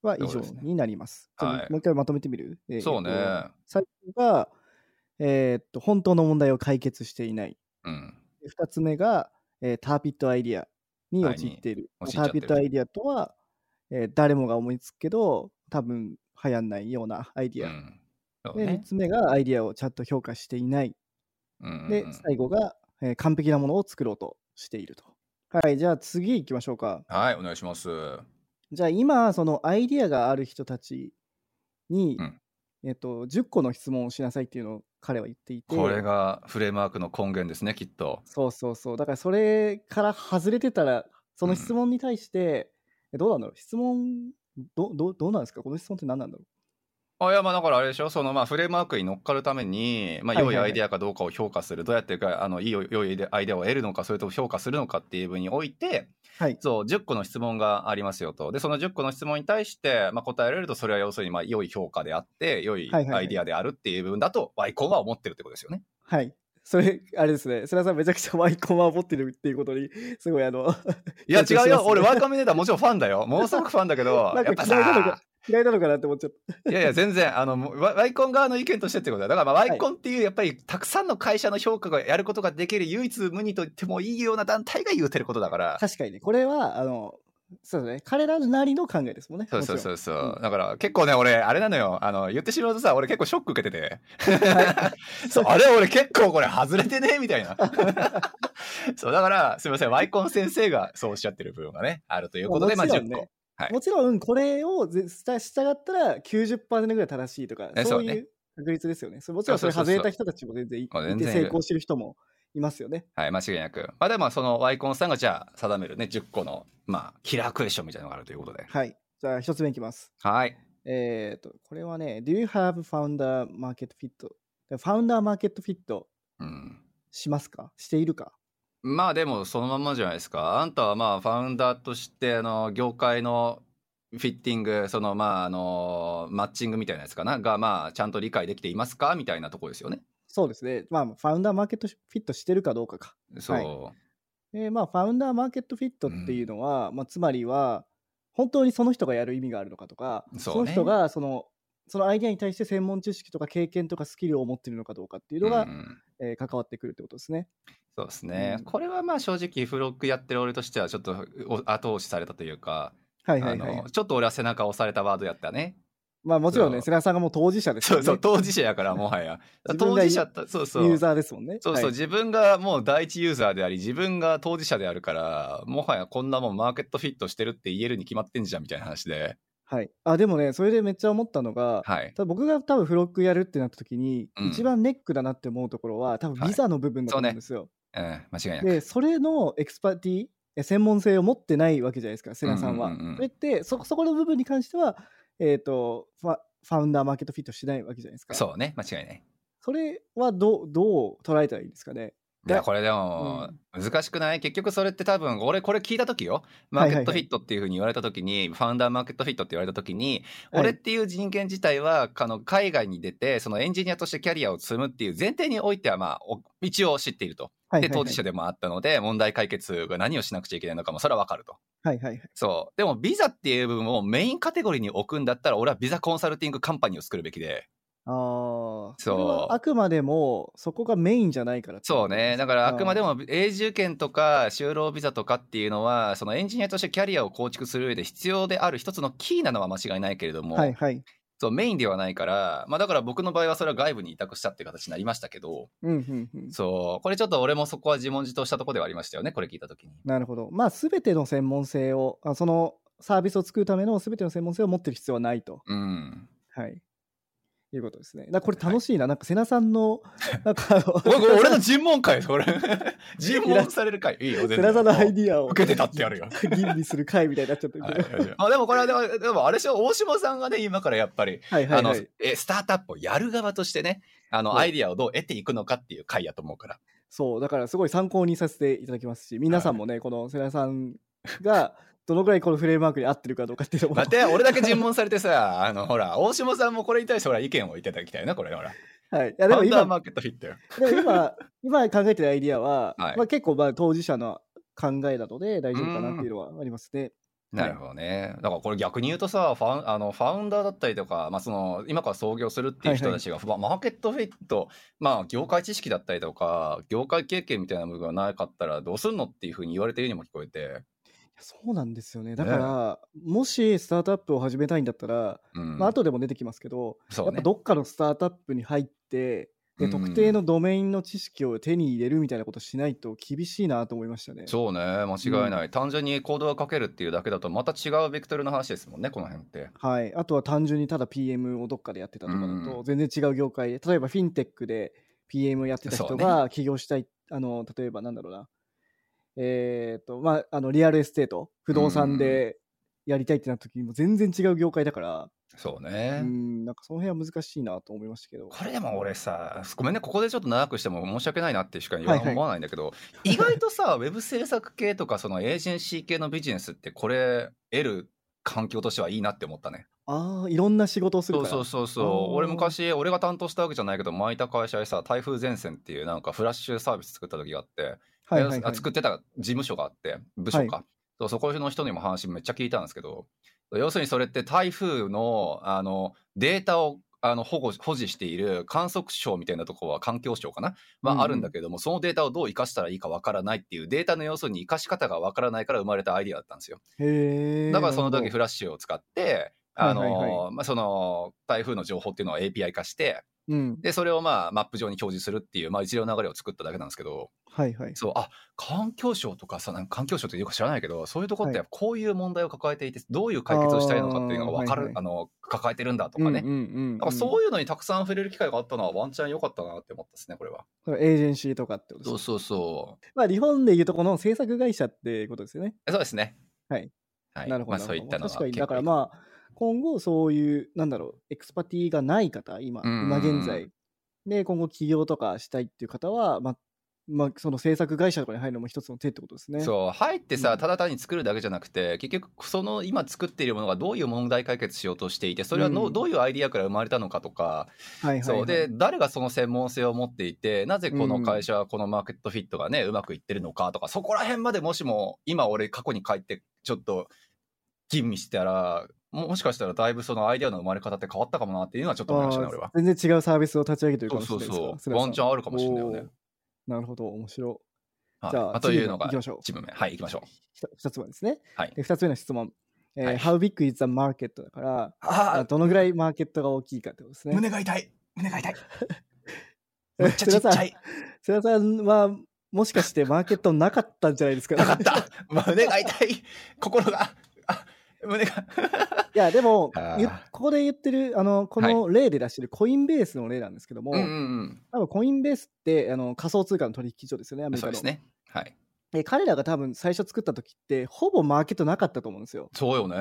Speaker 2: は以
Speaker 1: そう
Speaker 2: 上
Speaker 1: ですね
Speaker 2: になります。ちょっと
Speaker 1: はい
Speaker 2: もう一回まとめてみる、えー
Speaker 1: そうね。
Speaker 2: えーと最初が、えーっと本当の問題を解決していない。
Speaker 1: うん。
Speaker 2: 2つ目が、えーターピットアイディアに陥っている。
Speaker 1: はいに陥
Speaker 2: タ
Speaker 1: っちゃっ
Speaker 2: ー
Speaker 1: て
Speaker 2: ピ
Speaker 1: る
Speaker 2: ットアイディアとは、えー誰もが思いつくけど、多分流行んないようなアイディ
Speaker 1: う
Speaker 2: ア。
Speaker 1: んそう
Speaker 2: で、3
Speaker 1: ね
Speaker 2: つ目がアイディアをちゃんと評価していない。
Speaker 1: うんうんうん
Speaker 2: で、最後が、えー完璧なものを作ろうとしていると。はい、じゃあ次行きましょうか。
Speaker 1: はいお願いします。
Speaker 2: じゃあ今、そのアイディアがある人たちに、
Speaker 1: うん
Speaker 2: えっと、10個の質問をしなさいっていうのを彼は言っていて。
Speaker 1: これがフレームワークの根源ですねきっと。
Speaker 2: そうそうそう。だからそれから外れてたら、その質問に対して、えどうなんだろう質問ど、どどうなんですかこの質問って何なんだろ
Speaker 1: あいやまあだからあれでしょそのまあフレームワークに乗っかるために、まあ、
Speaker 2: はい
Speaker 1: 良
Speaker 2: はいいは
Speaker 1: ア
Speaker 2: い
Speaker 1: イデアかどうかを評価する、どうやってかあのいいよ良いアイデアを得るのかそれとも評価するのかっていう部分において
Speaker 2: はい。
Speaker 1: そう、10個の質問がありますよと。で、その10個の質問に対して、まあ、答えられると、それは要するに、まあ、良い評価であって、良い
Speaker 2: はいはいは
Speaker 1: ア
Speaker 2: い
Speaker 1: イディアであるっていう部分だと、ワイコンは思ってるってことですよね。
Speaker 2: はい。それ、あれですね。世良さんめちゃくちゃワイコンは持ってるっていうことに、すごいあの、 [laughs]
Speaker 1: いや、違
Speaker 2: いや
Speaker 1: う
Speaker 2: 違います
Speaker 1: よ。
Speaker 2: ね
Speaker 1: 俺、ワーカミネーターもちろんファンだよ。ものすごくファンだけど、
Speaker 2: [laughs] な
Speaker 1: や
Speaker 2: ん
Speaker 1: っ
Speaker 2: か
Speaker 1: ぱ
Speaker 2: 嫌いなの
Speaker 1: さ
Speaker 2: か、嫌いなのかなって思っちゃっ
Speaker 1: いやいや、全然、あの、もうワワイコン側の意見としてってことだよ。だから、まあ、ワイコンっていう、やっぱり、たくさんの会社の評価がやることができる、唯一無二と言ってもいいような団体が言うてることだから
Speaker 2: た。。確かにね、これは、あの、そうですね。彼らなりの考えですもんね。
Speaker 1: そうそう
Speaker 2: もちろ
Speaker 1: そ
Speaker 2: ん。
Speaker 1: うそう、
Speaker 2: うん
Speaker 1: だから結構ね俺あれなのよあの言ってしまうとさ俺結構ショック受けてて、 [laughs] そうあれ俺結構これ外れてねみたいなそうだからすみませんワイコン先生がそうおっしゃってる部分がねあるということでま
Speaker 2: ま
Speaker 1: あ
Speaker 2: あ
Speaker 1: 10
Speaker 2: もちろん
Speaker 1: 個、
Speaker 2: ね
Speaker 1: はい
Speaker 2: もちろん、これをぜした従ったら90%ぐらい正しいとか、
Speaker 1: え
Speaker 2: そう
Speaker 1: そう
Speaker 2: い
Speaker 1: ね
Speaker 2: う確率ですよね。それもちろんそ
Speaker 1: そう
Speaker 2: れ
Speaker 1: そうそうそ
Speaker 2: 外
Speaker 1: う
Speaker 2: れた人たちも全然い
Speaker 1: あ全
Speaker 2: いて
Speaker 1: 然いる
Speaker 2: 成功してる人もいますよね。
Speaker 1: はい間違いなくまあでもそのワイコンさんがじゃあ定めるね10個のまあキラークエスチョンみたいなのがあるということで
Speaker 2: はい。じゃあ、一つ目いきます。
Speaker 1: はい
Speaker 2: えっ、と、これはね、Do you have founder market fit? ファウンダーマーケットフィット
Speaker 1: うん
Speaker 2: しますかしているか
Speaker 1: まあでもそのまんまじゃないですか。あんたはまあファウンダーとしてあの業界のフィッティング、そのまああのマッチングみたいなやつかながまあちゃんと理解できていますかみたいなところですよね。
Speaker 2: そうですね。まあ、ファウンダーマーケットフィットしてるかどうかか。
Speaker 1: そう。
Speaker 2: でまあ、ファウンダーマーケットフィットっていうのは、まあ、つまりは、本当にその人がやる意味があるのかとか、
Speaker 1: そ
Speaker 2: そ
Speaker 1: うね
Speaker 2: の人がその、そのアイデアに対して専門知識とか経験とかスキルを持ってるのかどうかっていうのが、
Speaker 1: うん
Speaker 2: えー関わってくるってことですね。
Speaker 1: そうですね、
Speaker 2: うん
Speaker 1: これはまあ正直フロックやってる俺としてはちょっとお後押しされたというか、
Speaker 2: はいはいは
Speaker 1: あ
Speaker 2: い
Speaker 1: の。ちょっと俺は背中を押されたワードやった
Speaker 2: [laughs]
Speaker 1: ね。
Speaker 2: まあもちろん
Speaker 1: そう
Speaker 2: ね、世良さんがもう当事者です
Speaker 1: そ
Speaker 2: よ
Speaker 1: う
Speaker 2: ね。
Speaker 1: そう当事者やからもはや
Speaker 2: [laughs] 自分
Speaker 1: 当
Speaker 2: が
Speaker 1: 事者とそうそう
Speaker 2: ユーザーですもんね。
Speaker 1: そうそう、
Speaker 2: はい
Speaker 1: 自分がもう第一ユーザーであり、自分が当事者であるから、もはやこんなもんマーケットフィットしてるって言えるに決まってんじゃんみたいな話で。
Speaker 2: はい。あ、でもね、それでめっちゃ思ったのが、
Speaker 1: はい。
Speaker 2: 多分僕が多分フロックやるってなった時に、
Speaker 1: うん
Speaker 2: 一番ネックだなって思うところは、多分
Speaker 1: はい
Speaker 2: ビザの部分だと思うんですよ。
Speaker 1: うん、間違いなく。
Speaker 2: で、それのエクスパティ、え専門性を持ってないわけじゃないですか、セナさんは。
Speaker 1: うんうんうん
Speaker 2: それってそ、そこの部分に関しては、えっ、とファ、ファウンダーマーケットフィットしないわけじゃないですか。
Speaker 1: そうね、間違いない。
Speaker 2: それはどう、どう捉えたらいいですかね。
Speaker 1: いや、これでも、難しくない結局それって多分、俺これ聞いた時よ。マーケットフィットっていうふうに言われた時に、ファウンダーマーケットフィットって言われた時に、俺っていう人間自体は、あの、海外に出て、そのエンジニアとしてキャリアを積むっていう前提においては、まあ、お一応知っていると。
Speaker 2: はいは
Speaker 1: で、
Speaker 2: いはい
Speaker 1: 当事者でもあったので、問題解決が何をしなくちゃいけないのかも、それはわかると。
Speaker 2: はいはいはい。
Speaker 1: そう。でも、ビザっていう部分をメインカテゴリーに置くんだったら、俺はビザコンサルティングカンパニーを作るべきで。
Speaker 2: ああ、
Speaker 1: そう
Speaker 2: れはあくまでも、そこがメインじゃないからってこ
Speaker 1: そう
Speaker 2: とです
Speaker 1: ね。だから、あくまで、も永住権とか就労ビザとかっていうのは、そのエンジニアとしてキャリアを構築する上で必要である一つのキーなのは間違いないけれど
Speaker 2: あ
Speaker 1: も、
Speaker 2: ーはいはい。
Speaker 1: そう、メインではないから、まあだから僕の場合はそれは外部に委託したって形になりましたけど、
Speaker 2: うんうんうん。
Speaker 1: そう、これちょっと俺もそこは自問自答したところではありましたよね、これ聞いたときに。
Speaker 2: なるほど。まあ、すべての専門性を、あそのサービスを作るためのすべての専門性を持ってる必要はないと。
Speaker 1: うん。
Speaker 2: はい。いうことですね。だからこれ楽しいな。なんか、瀬名さ
Speaker 1: [laughs]
Speaker 2: んの、なんかあの、
Speaker 1: おいこれ俺の尋問会これ。 [laughs] 尋問される会。いいよ、全然
Speaker 2: [laughs] 瀬名さんのアイディアを
Speaker 1: 受けてたってやるよ。
Speaker 2: 吟味する会みたいになっちゃってるけど。
Speaker 1: [laughs] はい、あでもこれはでもでもあれでしょ大島さんがね今からやっぱり、
Speaker 2: はいはいは
Speaker 1: あの
Speaker 2: い。
Speaker 1: えスタートアップをやる側としてねあの、
Speaker 2: は
Speaker 1: ア
Speaker 2: い
Speaker 1: イディアをどう得ていくのかっていう回やと思うから
Speaker 2: そう、だからすごい参考にさせていただきますし、皆さんもね、この瀬名さん
Speaker 1: [laughs]
Speaker 2: が、どのぐらいこのフレームワークに合ってるかどうかっていうのも。
Speaker 1: 待って俺だけ尋問されてさ [laughs] あのほら大島さんもこれに対してほら意見をいただきたいなこれほら
Speaker 2: はい。いや、でも
Speaker 1: ファウンダー
Speaker 2: 今、
Speaker 1: マーケットフィットよ
Speaker 2: でも今、今考えてるアイディアは、
Speaker 1: はい
Speaker 2: まあ、結構まあ当事者の考えなので大丈夫かなっていうのはありますね。
Speaker 1: なるほどねだからこれ逆に言うとさファウンあのファウンダーだったりとか、まあ、その今から創業するっていう人たちが、まあマーケットフィット、まあ、業界知識だったりとか業界経験みたいな部分がなかったらどうすんのっていうふうに言われているようにも聞こえて、
Speaker 2: いやそうなんですよね。だから、もしスタートアップを始めたいんだったら、
Speaker 1: うん
Speaker 2: まあ後でも出てきますけど、
Speaker 1: そう
Speaker 2: や
Speaker 1: ね
Speaker 2: っぱどっかのスタートアップに入って、で
Speaker 1: うん
Speaker 2: 特定のドメインの知識を手に入れるみたいなことしないと厳しいなと思いましたね。
Speaker 1: そうね間違いない、単純に行動をかけるっていうだけだとまた違うベクトルの話ですもんねこの辺って
Speaker 2: はい、あとは単純にただ PM をどっかでやってたとかだ
Speaker 1: う
Speaker 2: と
Speaker 1: ん
Speaker 2: 全然違う業界で例えばフィンテックで PM をやってた
Speaker 1: そ
Speaker 2: 人
Speaker 1: うね
Speaker 2: が起業したい、あの例えばなんだろうなえっ、とまああのリアルエステート不動産でやりたいってなった時にも全然違う業界だから
Speaker 1: そう
Speaker 2: う
Speaker 1: ね、
Speaker 2: ん、なんかその辺は難しいなと思いましたけど。
Speaker 1: これでも俺さごめんねここでちょっと長くしても申し訳ないなってしか言わ
Speaker 2: はいはい
Speaker 1: 思わないんだけ
Speaker 2: [laughs]
Speaker 1: ど、意外とさウェブ制作系とかそのエージェンシー系のビジネスってこれ得る環境としてはいいなって思ったね。
Speaker 2: ああ、いろんな仕事をする
Speaker 1: そ
Speaker 2: か
Speaker 1: う
Speaker 2: ら。
Speaker 1: そうそうそう
Speaker 2: あー
Speaker 1: 俺昔俺が担当したわけじゃないけど巻いた会社でさ台風前線っていうなんかフラッシュサービス作った時があって、
Speaker 2: はいはいは
Speaker 1: あ
Speaker 2: い。
Speaker 1: 作ってた事務所があって部署か、そうそこの人にも話めっちゃ聞いたんですけど要するにそれって台風のあのデータをあの保護保持している観測省みたいなとこは環境省かな、ま
Speaker 2: うんうん
Speaker 1: あ、あるんだけれども、そのデータをどう生かしたらいいかわからないっていうデータの要素に生かし方がわからないから生まれたアイデアだったんですよ。
Speaker 2: へえ。
Speaker 1: だからその
Speaker 2: な
Speaker 1: 時
Speaker 2: るほど
Speaker 1: フラッシュを使って、
Speaker 2: は
Speaker 1: あ
Speaker 2: いはいはい
Speaker 1: の、まあ、その台風の情報っていうのを API 化して、
Speaker 2: うん。
Speaker 1: で、それをまあマップ上に表示するっていう、まあ一連の流れを作っただけなんですけど、
Speaker 2: はいはい。
Speaker 1: そう、あ、環境省とかさ、なんか環境省というか知らないけど、そういうとこってやっぱこういう問題を抱えていて、どういう解決をしたいのかっていうのが分かる、あ,、
Speaker 2: あーはいはい
Speaker 1: の、抱えてるんだとかね。
Speaker 2: うんうんうんうん
Speaker 1: だからそういうのにたくさん触れる機会があったのはワンチャン良かったなって思ったですね、これは。
Speaker 2: そのエージェンシーとかってことですか
Speaker 1: そうそう。
Speaker 2: まあ日本でいうとこの制作会社ってことですよね。
Speaker 1: えそうですね。
Speaker 2: はい。
Speaker 1: はい。
Speaker 2: なるほど。
Speaker 1: まあそういったのは
Speaker 2: 確かに、だからまあ、今後そういう、なんだろう、エクスパティがない方、今、
Speaker 1: うんうんうん
Speaker 2: 今現在。で、今後起業とかしたいっていう方は、まあ、まあ、その制作会社とかに入るのも一つの手ってことですね。
Speaker 1: そう入って
Speaker 2: う
Speaker 1: さ
Speaker 2: ん
Speaker 1: ただ単に作るだけじゃなくて結局その今作っているものがどういう問題解決しようとしていてそれはの、
Speaker 2: うん
Speaker 1: どういうアイディアから生まれたのかとか、
Speaker 2: はいはい、はい。
Speaker 1: そうで誰がその専門性を持っていてなぜこの会社はこのマーケットフィットがねうまくいってるのかとかそこら辺までもしも今俺過去に帰ってちょっと吟味したらももしかしたらだいぶそのアイディアの生まれ方って変わったかもなっていうのはちょっと思いましたね
Speaker 2: あー
Speaker 1: 俺は。
Speaker 2: 全然違うサービスを立ち上げてるか
Speaker 1: そ
Speaker 2: も
Speaker 1: う
Speaker 2: し
Speaker 1: そ
Speaker 2: れ
Speaker 1: う
Speaker 2: ないです
Speaker 1: そう
Speaker 2: かスライ
Speaker 1: ワ
Speaker 2: さん
Speaker 1: ンチャンあるかもしれないよね。
Speaker 2: おーなるほど、面白
Speaker 1: はい
Speaker 2: じゃあ
Speaker 1: まあというのが
Speaker 2: 次の行きましょう
Speaker 1: チーム名はい行きましょう
Speaker 2: い。。ひと二つ目ですね。
Speaker 1: はい
Speaker 2: で二つ目の質問。えー
Speaker 1: はい
Speaker 2: How big is the market? だから、
Speaker 1: あ
Speaker 2: どのぐらいマーケットが大きいかってことですね。 [laughs]
Speaker 1: が痛い胸が痛い
Speaker 2: い。瀬田さんは、もしかしてマーケットなかったんじゃないですか、
Speaker 1: なかった [laughs] 胸が痛い心があ胸が
Speaker 2: [laughs] いや、でも
Speaker 1: [laughs] あー、
Speaker 2: ゆここで言ってる、あの、この例で出してるコインベースの例なんですけども、
Speaker 1: うんうん
Speaker 2: 多分コインベースってあの仮想通貨の取引所ですよね、ア
Speaker 1: うん
Speaker 2: メリカ
Speaker 1: そう
Speaker 2: の。
Speaker 1: ですねはい
Speaker 2: で彼らが多分最初作った時って、ほぼマーケットなかったと思うんですよ。
Speaker 1: そうよね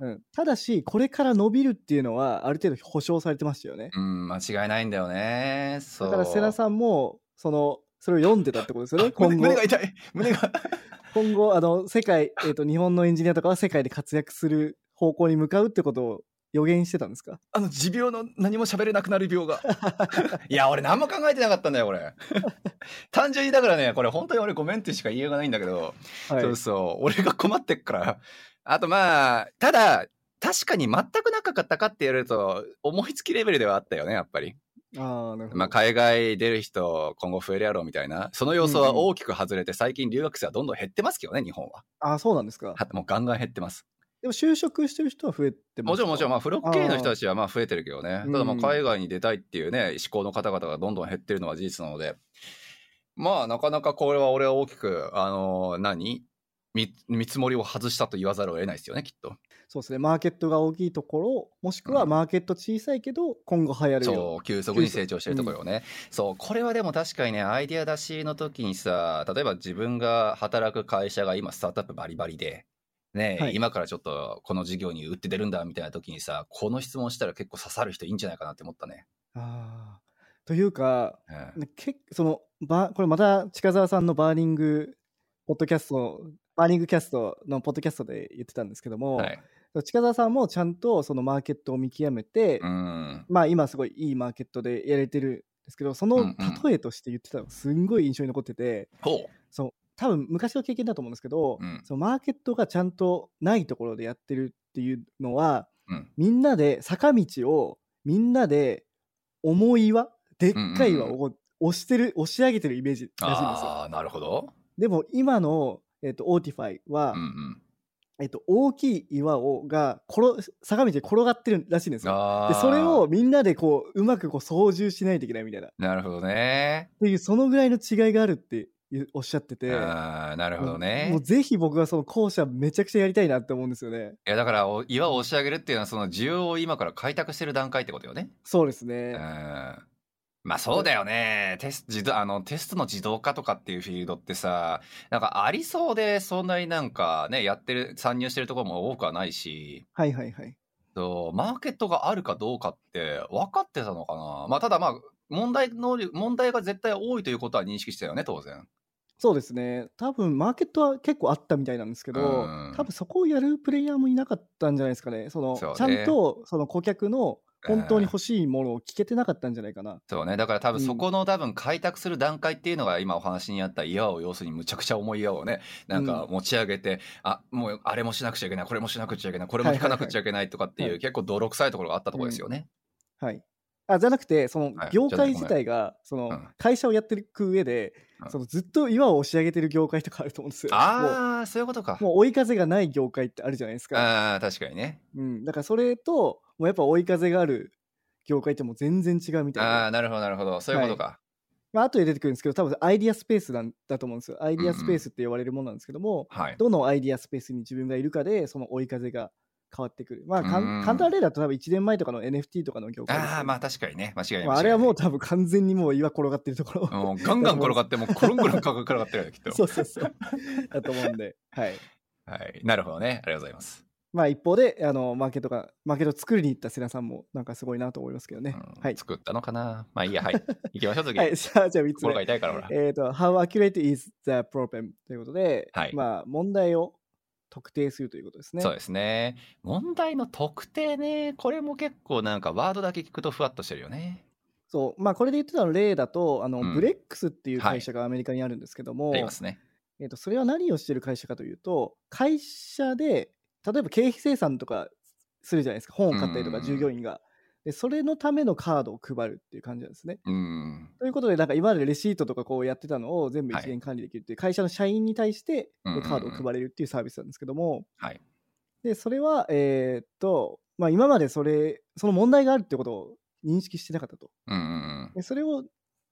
Speaker 2: うん、ただし、これから伸びるっていうのは、ある程度保証されてましたよね。
Speaker 1: うん間違いないんだよねそ
Speaker 2: だ
Speaker 1: う
Speaker 2: から、瀬名さんも、その、それを読んでたってことですよね。
Speaker 1: 胸
Speaker 2: 今後
Speaker 1: 胸、が痛い胸が [laughs]
Speaker 2: 今後、あの、世界、えっ、と、日本のエンジニアとかは世界で活躍する方向に向かうってことを予言してたんですか
Speaker 1: あの持病の何も喋れなくなる病が [laughs] いや俺何も考えてなかったんだよ俺 [laughs] 単純にだからねこれ本当に俺ごめんってしか言いようがないんだけど
Speaker 2: はい
Speaker 1: そう。そう。俺が困ってっから。あとまあ、ただ、確かに全くなかったかって言われると、思いつきレベルではあったよね、やっぱり。
Speaker 2: ああ、なるほど。
Speaker 1: まあ、海外出る人、今後増えるやろうみたいな。その要素は大きく外れて、最近留学生はどんどん減ってますけどね、日本は。
Speaker 2: ああ、そうなんですか。
Speaker 1: はもうガンガン減ってます。
Speaker 2: でも、就職してる人は増えてます
Speaker 1: もちろんもちろん、ま
Speaker 2: あ、
Speaker 1: あ、フロッ系の人たちはまあ増えてるけどね。
Speaker 2: うん
Speaker 1: ただまあ、海外に出たいっていうね、思考の方々がどんどん減ってるのは事実なので、まあ、なかなかこれは俺は大きく、あの何見見積もりを外したと言わざるを得ないですよね、きっと。
Speaker 2: そうですね。マーケットが大きいところ、もしく
Speaker 1: う
Speaker 2: は
Speaker 1: ん
Speaker 2: マーケット小さいけど、今後流行るよ。
Speaker 1: そう急速に成長してるところよね、そうこれはでも確かにねアイデア出しの時にさ例えば自分が働く会社が今スタートアップバリバリでね、
Speaker 2: はい
Speaker 1: 今からちょっとこの事業に売って出るんだみたいな時にさこの質問したら結構刺さる人いいんじゃないかなって思ったね、
Speaker 2: ああ。というか、
Speaker 1: うん
Speaker 2: けそのばこれまた近澤さんのバーニングポッドキャストバーニングキャストのポッドキャストで言ってたんですけども、
Speaker 1: はい、
Speaker 2: 近澤さんもちゃんとそのマーケットを見極めて、
Speaker 1: うん
Speaker 2: まあ今すごいいいマーケットでやれてるんですけどそ
Speaker 1: うんう
Speaker 2: の
Speaker 1: ん
Speaker 2: 例えとして言ってたのがすんごい印象に残ってて、
Speaker 1: ほ
Speaker 2: そう多分昔の経験だと思うんですけど、
Speaker 1: うん
Speaker 2: そのマーケットがちゃんとないところでやってるっていうのは
Speaker 1: う、うん、
Speaker 2: みんなで坂道をみんなで重い岩でっかい岩
Speaker 1: うんう
Speaker 2: を押してる押し上げてるイメージらしいんですよ。
Speaker 1: ああなるほど、
Speaker 2: でも今の、えっとオーティファイは、
Speaker 1: うんうん、
Speaker 2: えっと大きい岩をが転坂道で転がってるらしいんですよ。
Speaker 1: あ
Speaker 2: で
Speaker 1: ー
Speaker 2: それをみんなでこううまくこう操縦しないといけないみたいなっ
Speaker 1: なるほどね、
Speaker 2: ていうそのぐらいの違いがあるっていうおっしゃってて。
Speaker 1: ああなるほどね
Speaker 2: もうぜひ僕はその校舎めちゃくちゃやりたいなって思うんですよね。
Speaker 1: いやだからお岩を押し上げるっていうのはその需要を今から開拓してる段階ってことよね
Speaker 2: そうですね。
Speaker 1: うんまあそうだよねテス自動あのテストの自動化とかっていうフィールドってさなんかありそうでそんなになんかねやってる参入してるところも多くはないし
Speaker 2: はいはいはい。
Speaker 1: と、マーケットがあるかどうかって分かってたのかな。まあ、ただまあ、問題能力、問題が絶対多いということは認識してたよね、当然。
Speaker 2: そうですね多分マーケットは結構あったみたいなんですけど、
Speaker 1: うん
Speaker 2: 多分そこをやるプレイヤーもいなかったんじゃないですかねその
Speaker 1: そうね
Speaker 2: ちゃんとその顧客の本当に欲しいものを聞けてなかったんじゃないかな、
Speaker 1: そうね。だから多分
Speaker 2: うん
Speaker 1: そこの多分開拓する段階っていうのが今お話にあった岩を要するにむちゃくちゃ重い岩をね、なんか持ち上げて、あ、もうあれもしなくちゃいけない、これもしなくちゃいけない、これも引かなくちゃいけないとかって
Speaker 2: はいいうは
Speaker 1: 結構泥臭いところがあったところですよね。
Speaker 2: はい、あじゃなくてその
Speaker 1: はい
Speaker 2: 業界自体がその
Speaker 1: うん
Speaker 2: 会社をやっていく上で、
Speaker 1: うん
Speaker 2: そのずっと岩を押し上げてる業界とかあると思うんですよ。も
Speaker 1: ああ、そういうことか
Speaker 2: う。もう追い風がない業界ってあるじゃないですか。
Speaker 1: ああ、確かにね。
Speaker 2: うん、だからそれともうやっぱ追い風がある業界ってもう全然違うみたいな
Speaker 1: ああ、なるほど、なるほど。そういうことか。
Speaker 2: まあ後で出てくるんですけど、多分アイディアスペースなんだと思うんですよ。アイディアスペースって呼ばれるものなんですけども、
Speaker 1: はい。
Speaker 2: どのアイディアスペースに自分がいるかで、その追い風が変わってくる。まあ、か
Speaker 1: うん
Speaker 2: ん簡単な例だと、多分1年前とかの NFT とかの業界ですよね、
Speaker 1: ああ、まあ確かにね。間違いない。
Speaker 2: まあ、あれはもう多分完全にもう岩転がってるところ。
Speaker 1: もうガンガン転がって、もうコロンコロン転がってるよ、きっと。
Speaker 2: [laughs] そうそうそう。だと思うんで、はい。
Speaker 1: はい。なるほどね。ありがとうございます。
Speaker 2: まあ、一方で、あの、マーケットが、マーケットを作りに行った瀬名さんも、なんかすごいなと思いますけどね。
Speaker 1: うん
Speaker 2: はい。
Speaker 1: 作ったのかな。まあいいや、はい。行きましょう、次。
Speaker 2: はい、さあ、じゃあ3つ
Speaker 1: 心
Speaker 2: 目
Speaker 1: が。痛いから、ほら。
Speaker 2: えっ、と、How accurate is the problem? ということで、
Speaker 1: はい
Speaker 2: まあ、問題を特定するということですね。
Speaker 1: そうですね。問題の特定ね、これも結構なんかワードだけ聞くとふわっとしてるよね。
Speaker 2: そうまあ、これで言ってたの例だと、あの
Speaker 1: うん
Speaker 2: ブレックスっていう会社がアメリカにあるんですけども、
Speaker 1: ありますね。
Speaker 2: えー、とそれは何をしてる会社かというと、会社で、例えば経費生産とかするじゃないですか、本を買ったりと
Speaker 1: う
Speaker 2: か、
Speaker 1: ん
Speaker 2: 従業員が。でそれのためのカードを配るっていう感じなんですね。
Speaker 1: うん。
Speaker 2: ということで、なんか今までレシートとかこうやってたのを全部
Speaker 1: はい
Speaker 2: 一元管理できるっていう、会社の社員に対して
Speaker 1: うんうんうん
Speaker 2: カードを配れるっていうサービスなんですけども、
Speaker 1: はい
Speaker 2: でそれは、えーっと、まあ、今までそれ、その問題があるってことを認識してなかったと。
Speaker 1: うんうん。
Speaker 2: でそれを、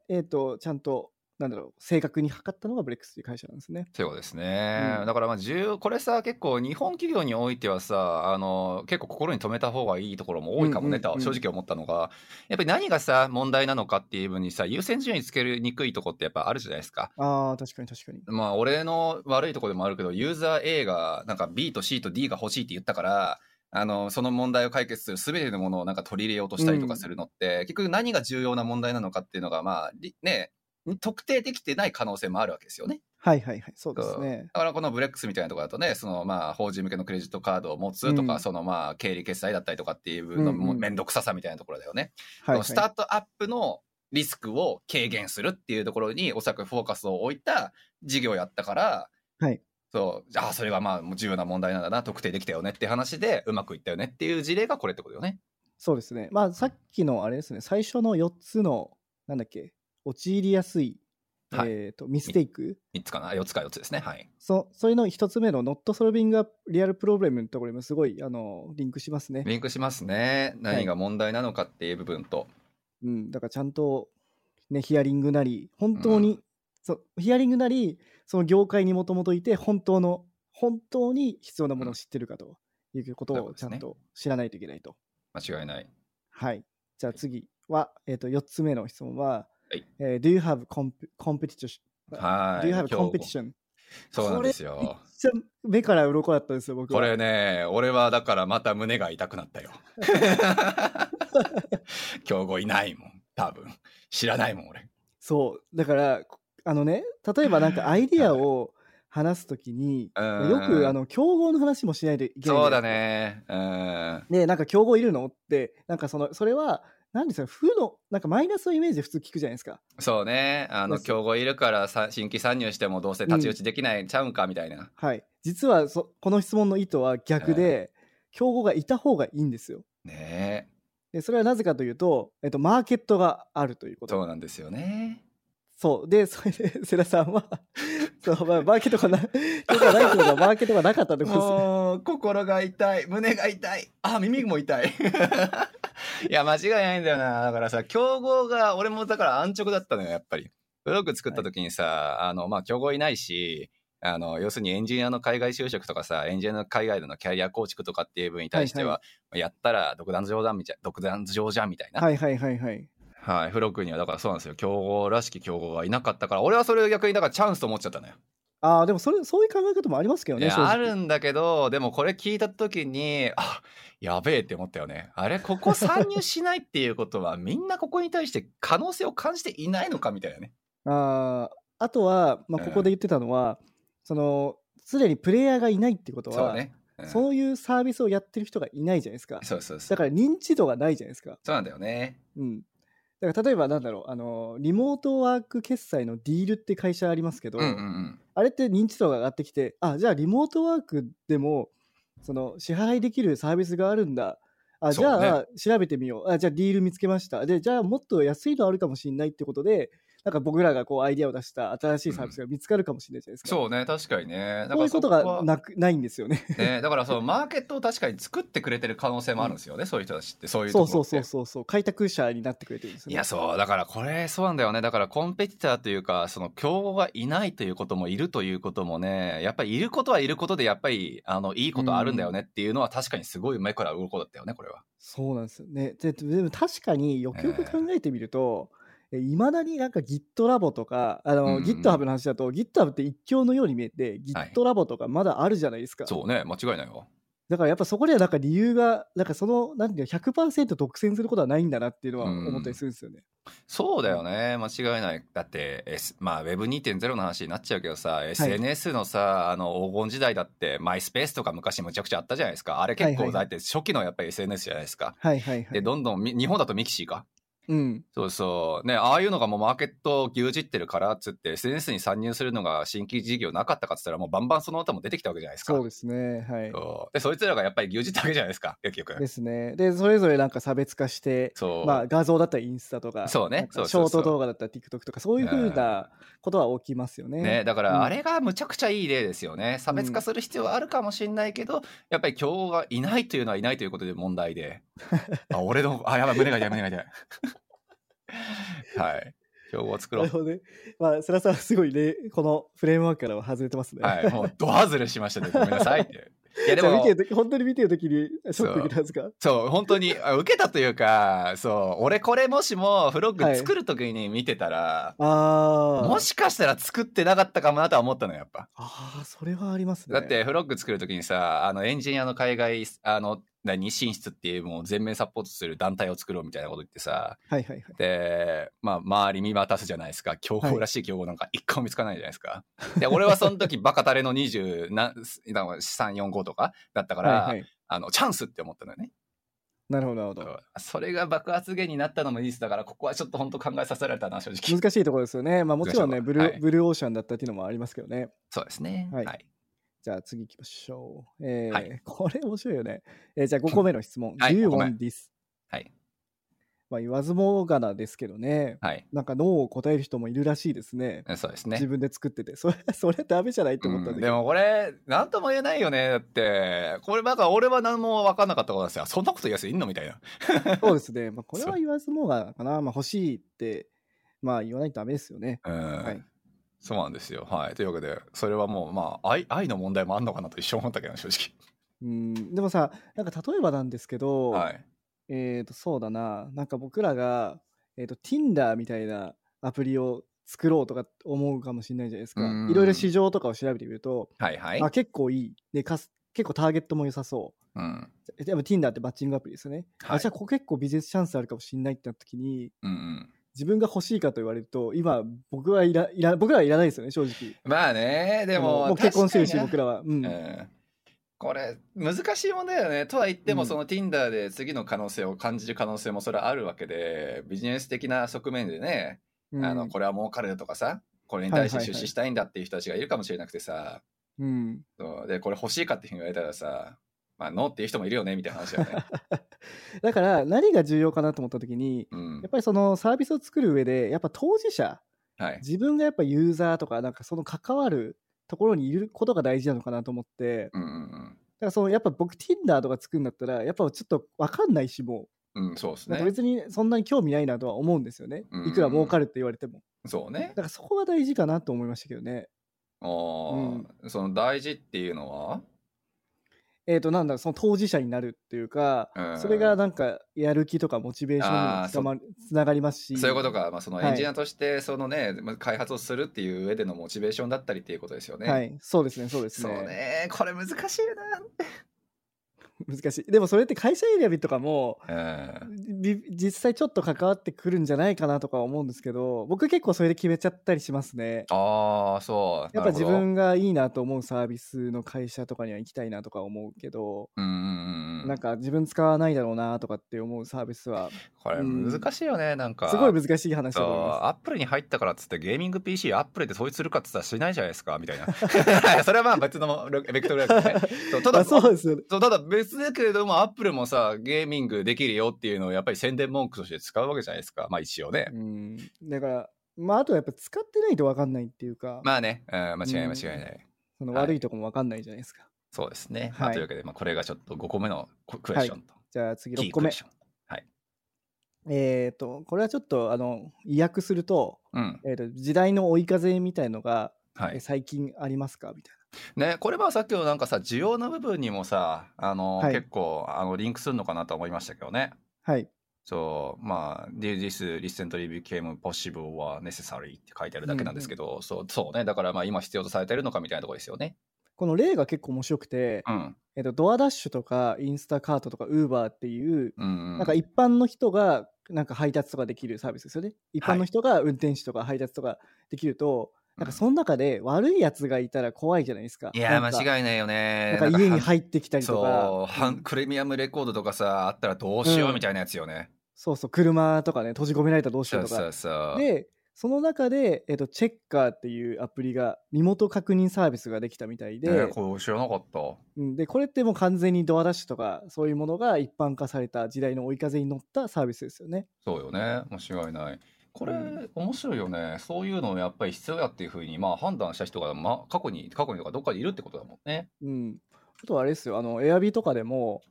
Speaker 2: えーっと、ちゃんと、なんだろう、正確に測ったのがブレックスという会社なんですね。
Speaker 1: そういうことですね。
Speaker 2: うん
Speaker 1: だからまあ重、これさ、結構日本企業においてはさ、あの、結構心に留めた方がいいところも多いかもね
Speaker 2: うんうん
Speaker 1: と
Speaker 2: うん
Speaker 1: 正直思ったのが、やっぱり何がさ、問題なのかっていう分にさ、優先順位つけにくいとこってやっぱあるじゃないですか。
Speaker 2: ああ、確かに確かに。
Speaker 1: まあ、俺の悪いところでもあるけど、ユーザー A が、なんか B と C と D が欲しいって言ったから、あの、その問題を解決する全てのものをなんか取り入れようとしたりとかするのって、結局何が重要な問題なのかっていうのが、まあ、りね、特定できてない可能性もあるわけですよね。
Speaker 2: はいはいはい、そうですね。
Speaker 1: だからこのブレックスみたいなところだとね、そのまあ、法人向けのクレジットカードを持つとか、
Speaker 2: うん
Speaker 1: そのまあ、経理決済だったりとかっていう部分の
Speaker 2: うんうん
Speaker 1: もうめんどくささみたいなところだよね。
Speaker 2: はい、はい。
Speaker 1: スタートアップのリスクを軽減するっていうところにおそらくフォーカスを置いた事業やったから、
Speaker 2: はい
Speaker 1: そうじゃあそれがまあ重要な問題なんだな特定できたよねって話でうまくいったよねっていう事例がこれってことよね。
Speaker 2: そうですね。まあ、さっきのあれですね、最初の4つの、なんだっけ、陥りやすい、
Speaker 1: はい
Speaker 2: えーっと、ミステイク。
Speaker 1: 3つかな4つか4つですね。はい、
Speaker 2: そそれの1つ目の Not Solving a Real Problem のところにもすごいあのリンクしますね。
Speaker 1: リンクしますね何が問題なのかっていう部分と。
Speaker 2: うん、だからちゃんと、ね、ヒアリングなり、本当に、そうヒアリングなり、その業界にもともといて、本当の、本当に必要なものを知ってるかということ
Speaker 1: そういうこと
Speaker 2: を
Speaker 1: で
Speaker 2: ち
Speaker 1: す
Speaker 2: ゃ
Speaker 1: ね
Speaker 2: んと知らないといけないと。
Speaker 1: 間違いない。
Speaker 2: はい。じゃあ次は、えっと4つ目の質問は、
Speaker 1: はい
Speaker 2: えー Do you have comp- competition?
Speaker 1: はい。
Speaker 2: Do you have
Speaker 1: 今日
Speaker 2: competition?
Speaker 1: そうなんです
Speaker 2: めっ
Speaker 1: よ。
Speaker 2: ちゃ目から鱗だったんですよ、僕は。
Speaker 1: これね、俺はだからまた胸が痛くなった
Speaker 2: [laughs]
Speaker 1: よ。競合いないもん、多分。知らないもん、俺。
Speaker 2: そうだからこあのね例え
Speaker 1: [laughs]
Speaker 2: ばなんかアイディアを話すときに、
Speaker 1: うん
Speaker 2: よくあの競合の話もしないといけない
Speaker 1: そうだね。うん。
Speaker 2: でなんか競合いるのってなんかそのそれは何ですか負のなんかマイナスのイメージで普通聞くじゃないですか
Speaker 1: そうね。あの、
Speaker 2: です
Speaker 1: 競合いるからさ新規参入してもどうせ立ち打ちできないんちゃうんかみたいな。
Speaker 2: はい実はそこの質問の意図は逆で、競合がいた方がいいんですよ
Speaker 1: ねえ。
Speaker 2: でそれはなぜかというと、えっと、マーケットがあるということ
Speaker 1: そうなんですよね。
Speaker 2: そう。で、それで、 [laughs] 世良さんは、そう、まあ、マーケットがな、結構ないけど、マーケットがなかったってことですね。
Speaker 1: もう、心が痛い。胸が痛い。あ、耳も痛い。 [laughs] いや、間違いないんだよな。だからさ、競合が、俺もだから安直だったのよ、やっぱり。ブログ作った時にさ、あの、まあ、競合いないし、あの、要するにエンジニアの海外就職とかさ、エンジニアの海外でのキャリア構築とかっていう分に対しては、
Speaker 2: は
Speaker 1: やったら独断上だみたい、独断上じゃんみたいな。
Speaker 2: はいはいはいはい。
Speaker 1: はい、フロックにはだからそうなんですよ。競合らしき競合がいなかったから、俺はそれを逆にだからチャンスと思っちゃったのよ。
Speaker 2: ああ、でもそれ、そういう考え方もありますけど
Speaker 1: い
Speaker 2: ね、正
Speaker 1: や
Speaker 2: 直
Speaker 1: あるんだけどでもこれ聞いた時にあやべえって思ったよねあれここ参入しないっていうことはみんなここに対して可能性を感じていないのかみたいな
Speaker 2: [laughs]
Speaker 1: ね
Speaker 2: あーあとは、まあ、
Speaker 1: うん
Speaker 2: ここで言ってたのは、その、すでにプレイヤーがいないってことは、
Speaker 1: そうね、うん
Speaker 2: そういうサービスをやってる人がいないじゃないですか。
Speaker 1: そうそうそう
Speaker 2: だから認知度がないじゃないですか。
Speaker 1: そうなんだよね
Speaker 2: うん。だから例えばなんだろう、あの、リモートワーク決済のディールって会社ありますけど、
Speaker 1: うんうんうん
Speaker 2: あれって認知度が上がってきて、あ、じゃあリモートワークでも、その支払いできるサービスがあるんだ。あ
Speaker 1: そ
Speaker 2: じ
Speaker 1: うね
Speaker 2: ゃあ、調べてみよう。あじゃあ、ディール見つけました。で、じゃあ、もっと安いのあるかもしれないってことで、なんか僕らがこうアイディアを出した新しいサービスが見つかるかもしれないじゃないですか。
Speaker 1: そうね確かにねだ
Speaker 2: こ
Speaker 1: か
Speaker 2: うい
Speaker 1: ら
Speaker 2: うこと
Speaker 1: こは
Speaker 2: がなくないんですよね。
Speaker 1: ね、だからそのマーケットを確かに作ってくれてる可能性もあるんですよね、そういう人たちってそういうとこ
Speaker 2: そう
Speaker 1: ろって
Speaker 2: そうそうそうそう。開拓者になってくれてるんですよ、ね。
Speaker 1: いやそうだからこれそうなんだよねだからコンペティターというかその競合がいないということもいるということもねやっぱりいることはいることでやっぱりあのいいことあるんだよねっていうのは確かにすごい目から鱗だったよねこれは。
Speaker 2: そうなんですよね。ででも確かによくよく考えてみると、いまだになんか Git ラボとかあの、
Speaker 1: うんうん
Speaker 2: GitHub の話だと GitHub って一強のように見えて
Speaker 1: はい
Speaker 2: Git ラボとかまだあるじゃないですか、
Speaker 1: そうね間違いないよ。
Speaker 2: だからやっぱそこではなんか理由がなんかそのなんていうの100%独占することはないんだなっていうのは
Speaker 1: うん
Speaker 2: 思ったりするんですよね。
Speaker 1: そうだよね間違いないだって、S まあ、Web2.0 の話になっちゃうけどさ、SNS のさあの黄金時代だってマイスペースとか昔むちゃくちゃあったじゃないですかあれ結
Speaker 2: は
Speaker 1: 構
Speaker 2: いは
Speaker 1: だ
Speaker 2: い
Speaker 1: って初期のやっぱり SNS じゃないですか。
Speaker 2: はいはいは
Speaker 1: で
Speaker 2: い。
Speaker 1: どんどんみ日本だとミキシーか
Speaker 2: うん、
Speaker 1: そうそう。ね、ああいうのがもうマーケットを牛耳ってるからっつって、SNS に参入するのが新規事業なかったかっつったら、もうバンバンその歌も出てきたわけじゃないですか。
Speaker 2: そうですね。はい。
Speaker 1: そうでそいつらがやっぱり牛耳ったわけじゃないですか、
Speaker 2: [laughs]
Speaker 1: 結局
Speaker 2: で。すね。で、それぞれなんか差別化して、
Speaker 1: そう。
Speaker 2: まあ、画像だったらインスタとか、
Speaker 1: そうね
Speaker 2: なんか
Speaker 1: そう
Speaker 2: シ
Speaker 1: そ
Speaker 2: ョ
Speaker 1: う
Speaker 2: ー
Speaker 1: そう
Speaker 2: ト動画だったら TikTok とか、そういうふうなことは起きますよね。
Speaker 1: ね、だか
Speaker 2: うん
Speaker 1: らあれがむちゃくちゃいい例ですよね。差別化する必要はあるかもしれないけど、やっぱり競合がいないというのはいないということで問題
Speaker 2: [laughs]
Speaker 1: で。あ、俺の、あ、やばい、胸が痛い、胸が痛い。はい。競合を作
Speaker 2: な
Speaker 1: ろ
Speaker 2: る
Speaker 1: う。
Speaker 2: ほどね。まあ、世良さんはすごいね、このフレームワークからは外れてますね。
Speaker 1: はい。もう、ド外れしましたね。ごめんなさいって。いや、
Speaker 2: じ
Speaker 1: で
Speaker 2: ゃあ見
Speaker 1: も
Speaker 2: て、るとき、本当に見てるときにショック受けたんですか
Speaker 1: そう、本当に、あ受けたというか、そう、俺これもしもフロッ
Speaker 2: は
Speaker 1: グ
Speaker 2: い
Speaker 1: 作るときに見てたら、
Speaker 2: ああ。
Speaker 1: もしかしたら作ってなかったかもなとは思ったのよ、やっぱ。
Speaker 2: ああ、それはありますね。
Speaker 1: だっ、て、フロッグ作るときにさ、あの、エンジニアの海外、あの、何、進出っていう、もう全面サポートする団体を作ろうみたいなこと言ってさ、
Speaker 2: はいはいはい。
Speaker 1: で、まあ、周り見渡すじゃないですか。競合らしい競合なんか一個も見つかないじゃないですか。で、俺はその時、バカタレの20、な、3、4、5とかだったから、
Speaker 2: はいはい。
Speaker 1: あの、チャンスって思ったのよね。
Speaker 2: なるほど、なるほど。
Speaker 1: それが爆発源になったのも事実だからここはちょっと本当考えさせられたな正直
Speaker 2: 難しいところですよね。まあ、もちろんね、
Speaker 1: 難しいとこ
Speaker 2: ブ
Speaker 1: ろ
Speaker 2: ルー、
Speaker 1: はい
Speaker 2: ブルーオーシャンだったっていうのもありますけどね。
Speaker 1: そうですねは、
Speaker 2: はいいじゃあ次行きましょう。えー
Speaker 1: はい
Speaker 2: これ面白いよね。えーじゃあ5個目の質問。
Speaker 1: はい
Speaker 2: 自由
Speaker 1: 五個目
Speaker 2: ンディス。
Speaker 1: はい
Speaker 2: まあ、言わずもがなですけどね。
Speaker 1: はい
Speaker 2: なんかノーを答える人もいるらしいですね。
Speaker 1: そうです
Speaker 2: 自
Speaker 1: ね
Speaker 2: 分で作ってて。それ、 [laughs] それダメじゃないって思ったんだ
Speaker 1: うん
Speaker 2: け
Speaker 1: で
Speaker 2: ど。
Speaker 1: もこれ何とも言えないよねだってこれなんか俺は何も分かんなかったことなんですよそんなこと言うやついんのみたいな
Speaker 2: そうですね。まあ、これ
Speaker 1: そう
Speaker 2: は言わずもがなかな。まあ、欲しいって、まあ、言わないとダメですよね。
Speaker 1: うん、
Speaker 2: はい
Speaker 1: そうなんですよはいというわけでそれはもうまあ愛愛の問題もあんのかなと一生思ったけど正
Speaker 2: うん。でもさ、なんか例えばなんですけ
Speaker 1: 直
Speaker 2: ど、
Speaker 1: はい
Speaker 2: えっ、と、そうだな。なんか僕らが、えっ、と、Tinder みたいなアプリを作ろうとか思うかもしれないじゃないですか
Speaker 1: うん。
Speaker 2: いろいろ市場とかを調べてみると、
Speaker 1: はいはい
Speaker 2: あ、結構いい。で、かす結構ターゲットも良さそう。
Speaker 1: うん
Speaker 2: えでも Tinder ってマッチングアプリですよね。
Speaker 1: はい
Speaker 2: あじゃあここ結構ビジネスチャンスあるかもしれないってなった時に
Speaker 1: うんうん
Speaker 2: 自分が欲しいかと言われると今僕はいらいら僕らはいらないですよね正直。
Speaker 1: まあねで
Speaker 2: あの
Speaker 1: も
Speaker 2: もう結婚してる
Speaker 1: 確
Speaker 2: し
Speaker 1: かにな
Speaker 2: 僕らは。うん
Speaker 1: うんこれ難しい問題だよね。とは言っても、
Speaker 2: うん
Speaker 1: その Tinder で次の可能性を感じる可能性もそれはあるわけでビジネス的な側面でね、
Speaker 2: うん
Speaker 1: あのこれは儲かるとかさこれに対して
Speaker 2: はいはい
Speaker 1: 出
Speaker 2: はい
Speaker 1: 資したいんだっていう人たちがいるかもしれなくてさ、
Speaker 2: うん
Speaker 1: そうでこれ欲しいかっていうふうに言われたらさ、まあ、ノーっていう人もいるよねみたいな話だよ
Speaker 2: [laughs]
Speaker 1: ね。
Speaker 2: だから何が重要かなと思った時に
Speaker 1: うん
Speaker 2: やっぱりそのサービスを作る上でやっぱ当事者
Speaker 1: はい、
Speaker 2: 自分がやっぱユーザーとかなんかその関わるところにいることが大事なのかなと思って
Speaker 1: うんうん
Speaker 2: だからそのやっぱ僕 Tinder とか作るんだったらやっぱちょっと分かんないしも
Speaker 1: うん、うん、そうです
Speaker 2: うなんか
Speaker 1: ね。
Speaker 2: 別にそんなに興味ないなとは思うんですよね
Speaker 1: うん
Speaker 2: いくら儲かるって言われても。
Speaker 1: そうね
Speaker 2: だ。からそこが大事かなと思いましたけどね。
Speaker 1: あーその大事っていうのは
Speaker 2: えー、となんだろうその当事者になるっていうか、
Speaker 1: うん
Speaker 2: それがなんかやる気とかモチベーションにも
Speaker 1: あー
Speaker 2: つかまるつながりますし
Speaker 1: そういうことか、まあ、その
Speaker 2: はい
Speaker 1: エンジニアとしてその、ねまあ開発をするっていう上でのモチベーションだったりっていうことですよね。
Speaker 2: はい、そうですねそうです
Speaker 1: そう
Speaker 2: ね
Speaker 1: ねこれ難しい
Speaker 2: 難しいでもそれって会社選びとかも
Speaker 1: な、うん、
Speaker 2: び実際ちょっと関わってくるんじゃないかなとか思うんですけど僕結構それで決めちゃったりしますね
Speaker 1: ああそう
Speaker 2: やっ
Speaker 1: なる
Speaker 2: ぱ
Speaker 1: ほ
Speaker 2: 自
Speaker 1: ど
Speaker 2: 分がいいなと思うサービスの会社とかには行きたいなとか思うけど、
Speaker 1: うんうんうんう
Speaker 2: なんんか自分使わないだろうなとかって思うサービスは
Speaker 1: これ難しいよね、なんか
Speaker 2: すごい難しい話だ
Speaker 1: そう
Speaker 2: と思います
Speaker 1: アップルに入ったからっつってゲーミング PC アップルで統一するかっつったらしないじゃないですかみたいな [laughs] それはまあ別のベクトルだ
Speaker 2: [laughs]
Speaker 1: けどねそうただ
Speaker 2: あそうですよね
Speaker 1: そうただ別だけれどもアップルもさゲーミングできるよっていうのをやっぱり宣伝文句として使うわけじゃないですかまあ一応ね、
Speaker 2: うんだからまああとはやっぱ使ってないと分かんないっていうか、
Speaker 1: まあね、うん、間違いない間違いない、
Speaker 2: その
Speaker 1: はい
Speaker 2: 悪いとこも分かんないじゃないですか、
Speaker 1: そうですね、
Speaker 2: はい
Speaker 1: まあというわけで、まあ、これがちょっと5個目のククエスチョンと、
Speaker 2: じゃあ次
Speaker 1: キ
Speaker 2: 6
Speaker 1: ー
Speaker 2: 個
Speaker 1: クエ
Speaker 2: 目
Speaker 1: スチョンはい
Speaker 2: えっ、とこれはちょっとあの意訳すると,、
Speaker 1: うん
Speaker 2: えー、と時代の追い風みたいのが、
Speaker 1: は
Speaker 2: え
Speaker 1: い
Speaker 2: 最近ありますかみたい
Speaker 1: ね、これはさっきのなんかさ需要の部分にもさあの、
Speaker 2: はい
Speaker 1: 結構あのリンクするのかなと思いましたけどね
Speaker 2: なはい
Speaker 1: そうまあ「This recently became possible or necessary」って書いてあるだけなんですけど、そうそうねだからまあ今必要とされてるのかみたいなところですよね
Speaker 2: この例が結構面白くて、
Speaker 1: うん
Speaker 2: えー、とドアダッシュとかインスタカートとかウーバーっていう、
Speaker 1: うん
Speaker 2: なんか一般の人がなんか配達とかできるサービスですよね一般の人が運転手とか配達とかできると、なんかその中で悪いやつがいたら怖いじゃないですか
Speaker 1: いや
Speaker 2: なんか
Speaker 1: 間違いないよね
Speaker 2: なんか家に
Speaker 1: っ
Speaker 2: 入ってきた
Speaker 1: た
Speaker 2: りと
Speaker 1: そう
Speaker 2: か、
Speaker 1: ハンプレミアムレコードとかさあったらどうしよううんみたいなやつよね、
Speaker 2: そうそう、車とかね、閉じ込められたらどうし
Speaker 1: そ
Speaker 2: よう
Speaker 1: う
Speaker 2: と
Speaker 1: そ
Speaker 2: か
Speaker 1: う。そう
Speaker 2: で、その中で、えっと、チェッカーっていうアプリが、身元確認サービスができたみたい
Speaker 1: え
Speaker 2: で、
Speaker 1: ーこれ知らなかった
Speaker 2: うんで、これってもう完全にドアダッシュとか、そういうものが一般化された時代の追い風に乗ったサービスですよね。
Speaker 1: そうよね間違いないこれ、
Speaker 2: うん
Speaker 1: 面白いよねそういうのをやっぱり必要やっていうふうにまあ判断した人が、まあ、過去に過去にとかどっかにいるってことだもんね
Speaker 2: うん。あとはあれですよ、あの、エアビとかでも、